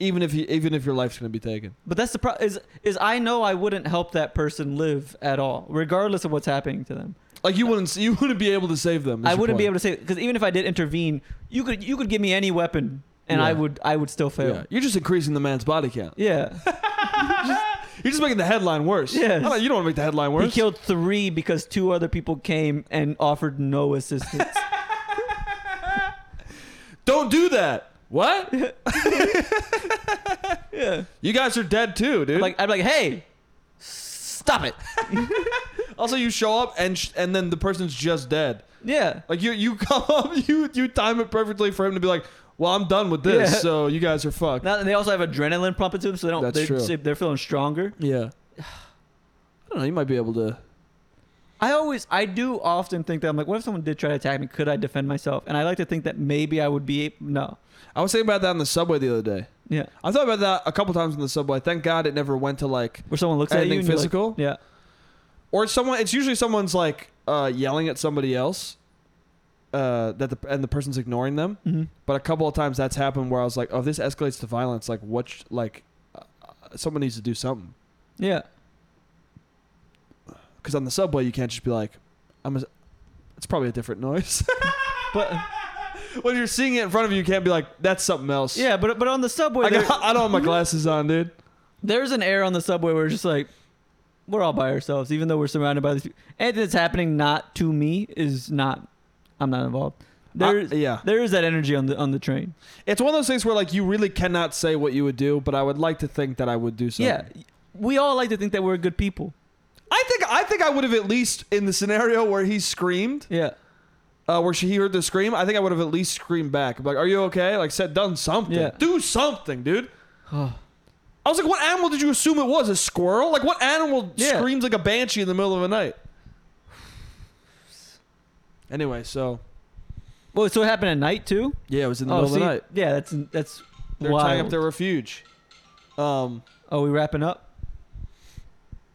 even if you even if your life's gonna be taken.
but that's the problem. Is is I know I wouldn't help that person live at all, regardless of what's happening to them.
Like you wouldn't you wouldn't be able to save them.
I wouldn't be able to say because even if I did intervene, you could you could give me any weapon and I
Yeah.
would I would still fail.
Yeah. You're just increasing the man's body count.
Yeah,
You're just making the headline worse.
Yes.
I don't- you don't want to make the headline worse.
he killed three because two other people came and offered no assistance.
don't do that. What?
yeah.
You guys are dead too, dude.
like I'm like, hey, stop it.
also, you show up and sh- and then the person's just dead.
Yeah.
Like you you come up you you time it perfectly for him to be like, well, I'm done with this,
Yeah.
so you guys are fucked.
Now they also have adrenaline pumping to them, so they don't.
That's
they're,
true.
They're feeling stronger.
yeah. I don't know. You might be able to.
I always, I do often think that I'm like, what if someone did try to attack me? Could I defend myself? And I like to think that maybe I would be. ab- No.
I was thinking about that on the subway the other day.
Yeah.
I thought about that a couple times on the subway. Thank God it never went to like
Where someone looks at you
anything
and you're like-
physical,
yeah.
or it's someone. It's usually someone's like uh, yelling at somebody else, uh, that the and the person's ignoring them.
Mm-hmm.
But a couple of times that's happened where I was like, oh, if this escalates to violence. Like what? Sh- like uh, uh, someone needs to do something.
Yeah.
Because on the subway you can't just be like, I'm. A, it's probably a different noise.
But
when you're seeing it in front of you, you can't be like, that's something else.
yeah, but but on the subway
I,
there,
got, I don't have my glasses on, dude.
there's an air on the subway where it's just like we're all by ourselves, even though we're surrounded by these people. Anything that's happening not to me is not I'm not involved. There's
I- Uh, yeah.
there is that energy on the on the train.
It's one of those things where like you really cannot say what you would do, but I would like to think that I would do something.
Yeah. We all like to think that we're good people.
I think I think I would have at least in the scenario where he screamed,
Yeah.
uh, where she he heard the scream. I think I would have at least screamed back, like, "Are you okay?" Like, said, done something.
Yeah.
Do something, dude. I was like, "What animal did you assume it was? A squirrel? Like, what animal
Yeah.
screams like a banshee in the middle of the night?" Anyway, so
Well, so it happened at night too? Oh,
yeah, it was in the middle of the night.
Yeah, that's that's
They're tying up
wild.
their refuge. Um,
Are we wrapping up?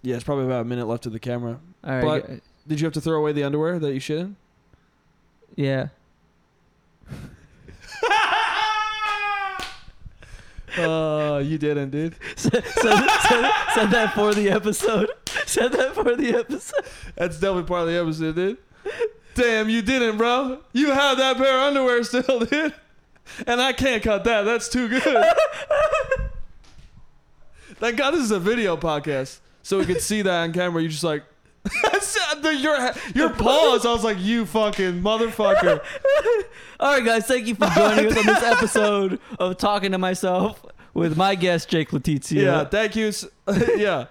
yeah, it's probably about a minute left of the camera.
All right.
But- Did you have to throw away the underwear that you shit in?
yeah.
Uh, you didn't, dude.
said, said- said- said that for the episode. Said that for the episode.
That's definitely part of the episode, dude. Damn, you didn't, bro. You have that pair of underwear still, dude. And I can't cut that. That's too good. Thank God this is a video podcast, so we could see that on camera. You just like the, your your pause. I was like, you fucking motherfucker.
All right, guys, thank you for joining us on this episode of Talking to Myself with my guest Jake Letizia.
Yeah, thank you. s- yeah,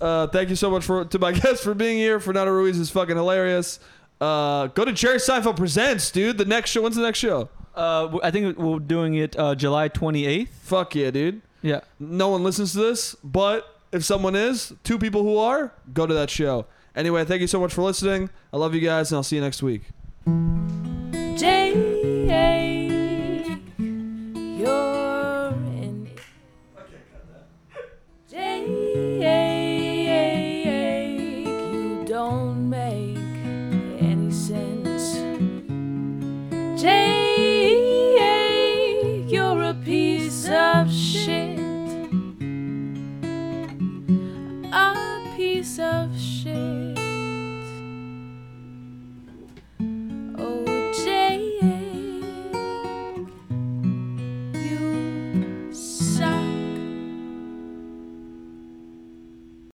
uh, thank you so much for to my guest for being here. Fernando Ruiz is fucking hilarious. Uh, go to Jerry Seinfeld Presents, dude. The next show. When's the next show?
uh, I think we're doing it uh, July 28th.
Fuck yeah, dude.
Yeah.
No one listens to this, but if someone is, two people who are, go to that show. Anyway, thank you so much for listening. I love you guys, and I'll see you next week.
Jake, you're an. Jake, you don't make any sense.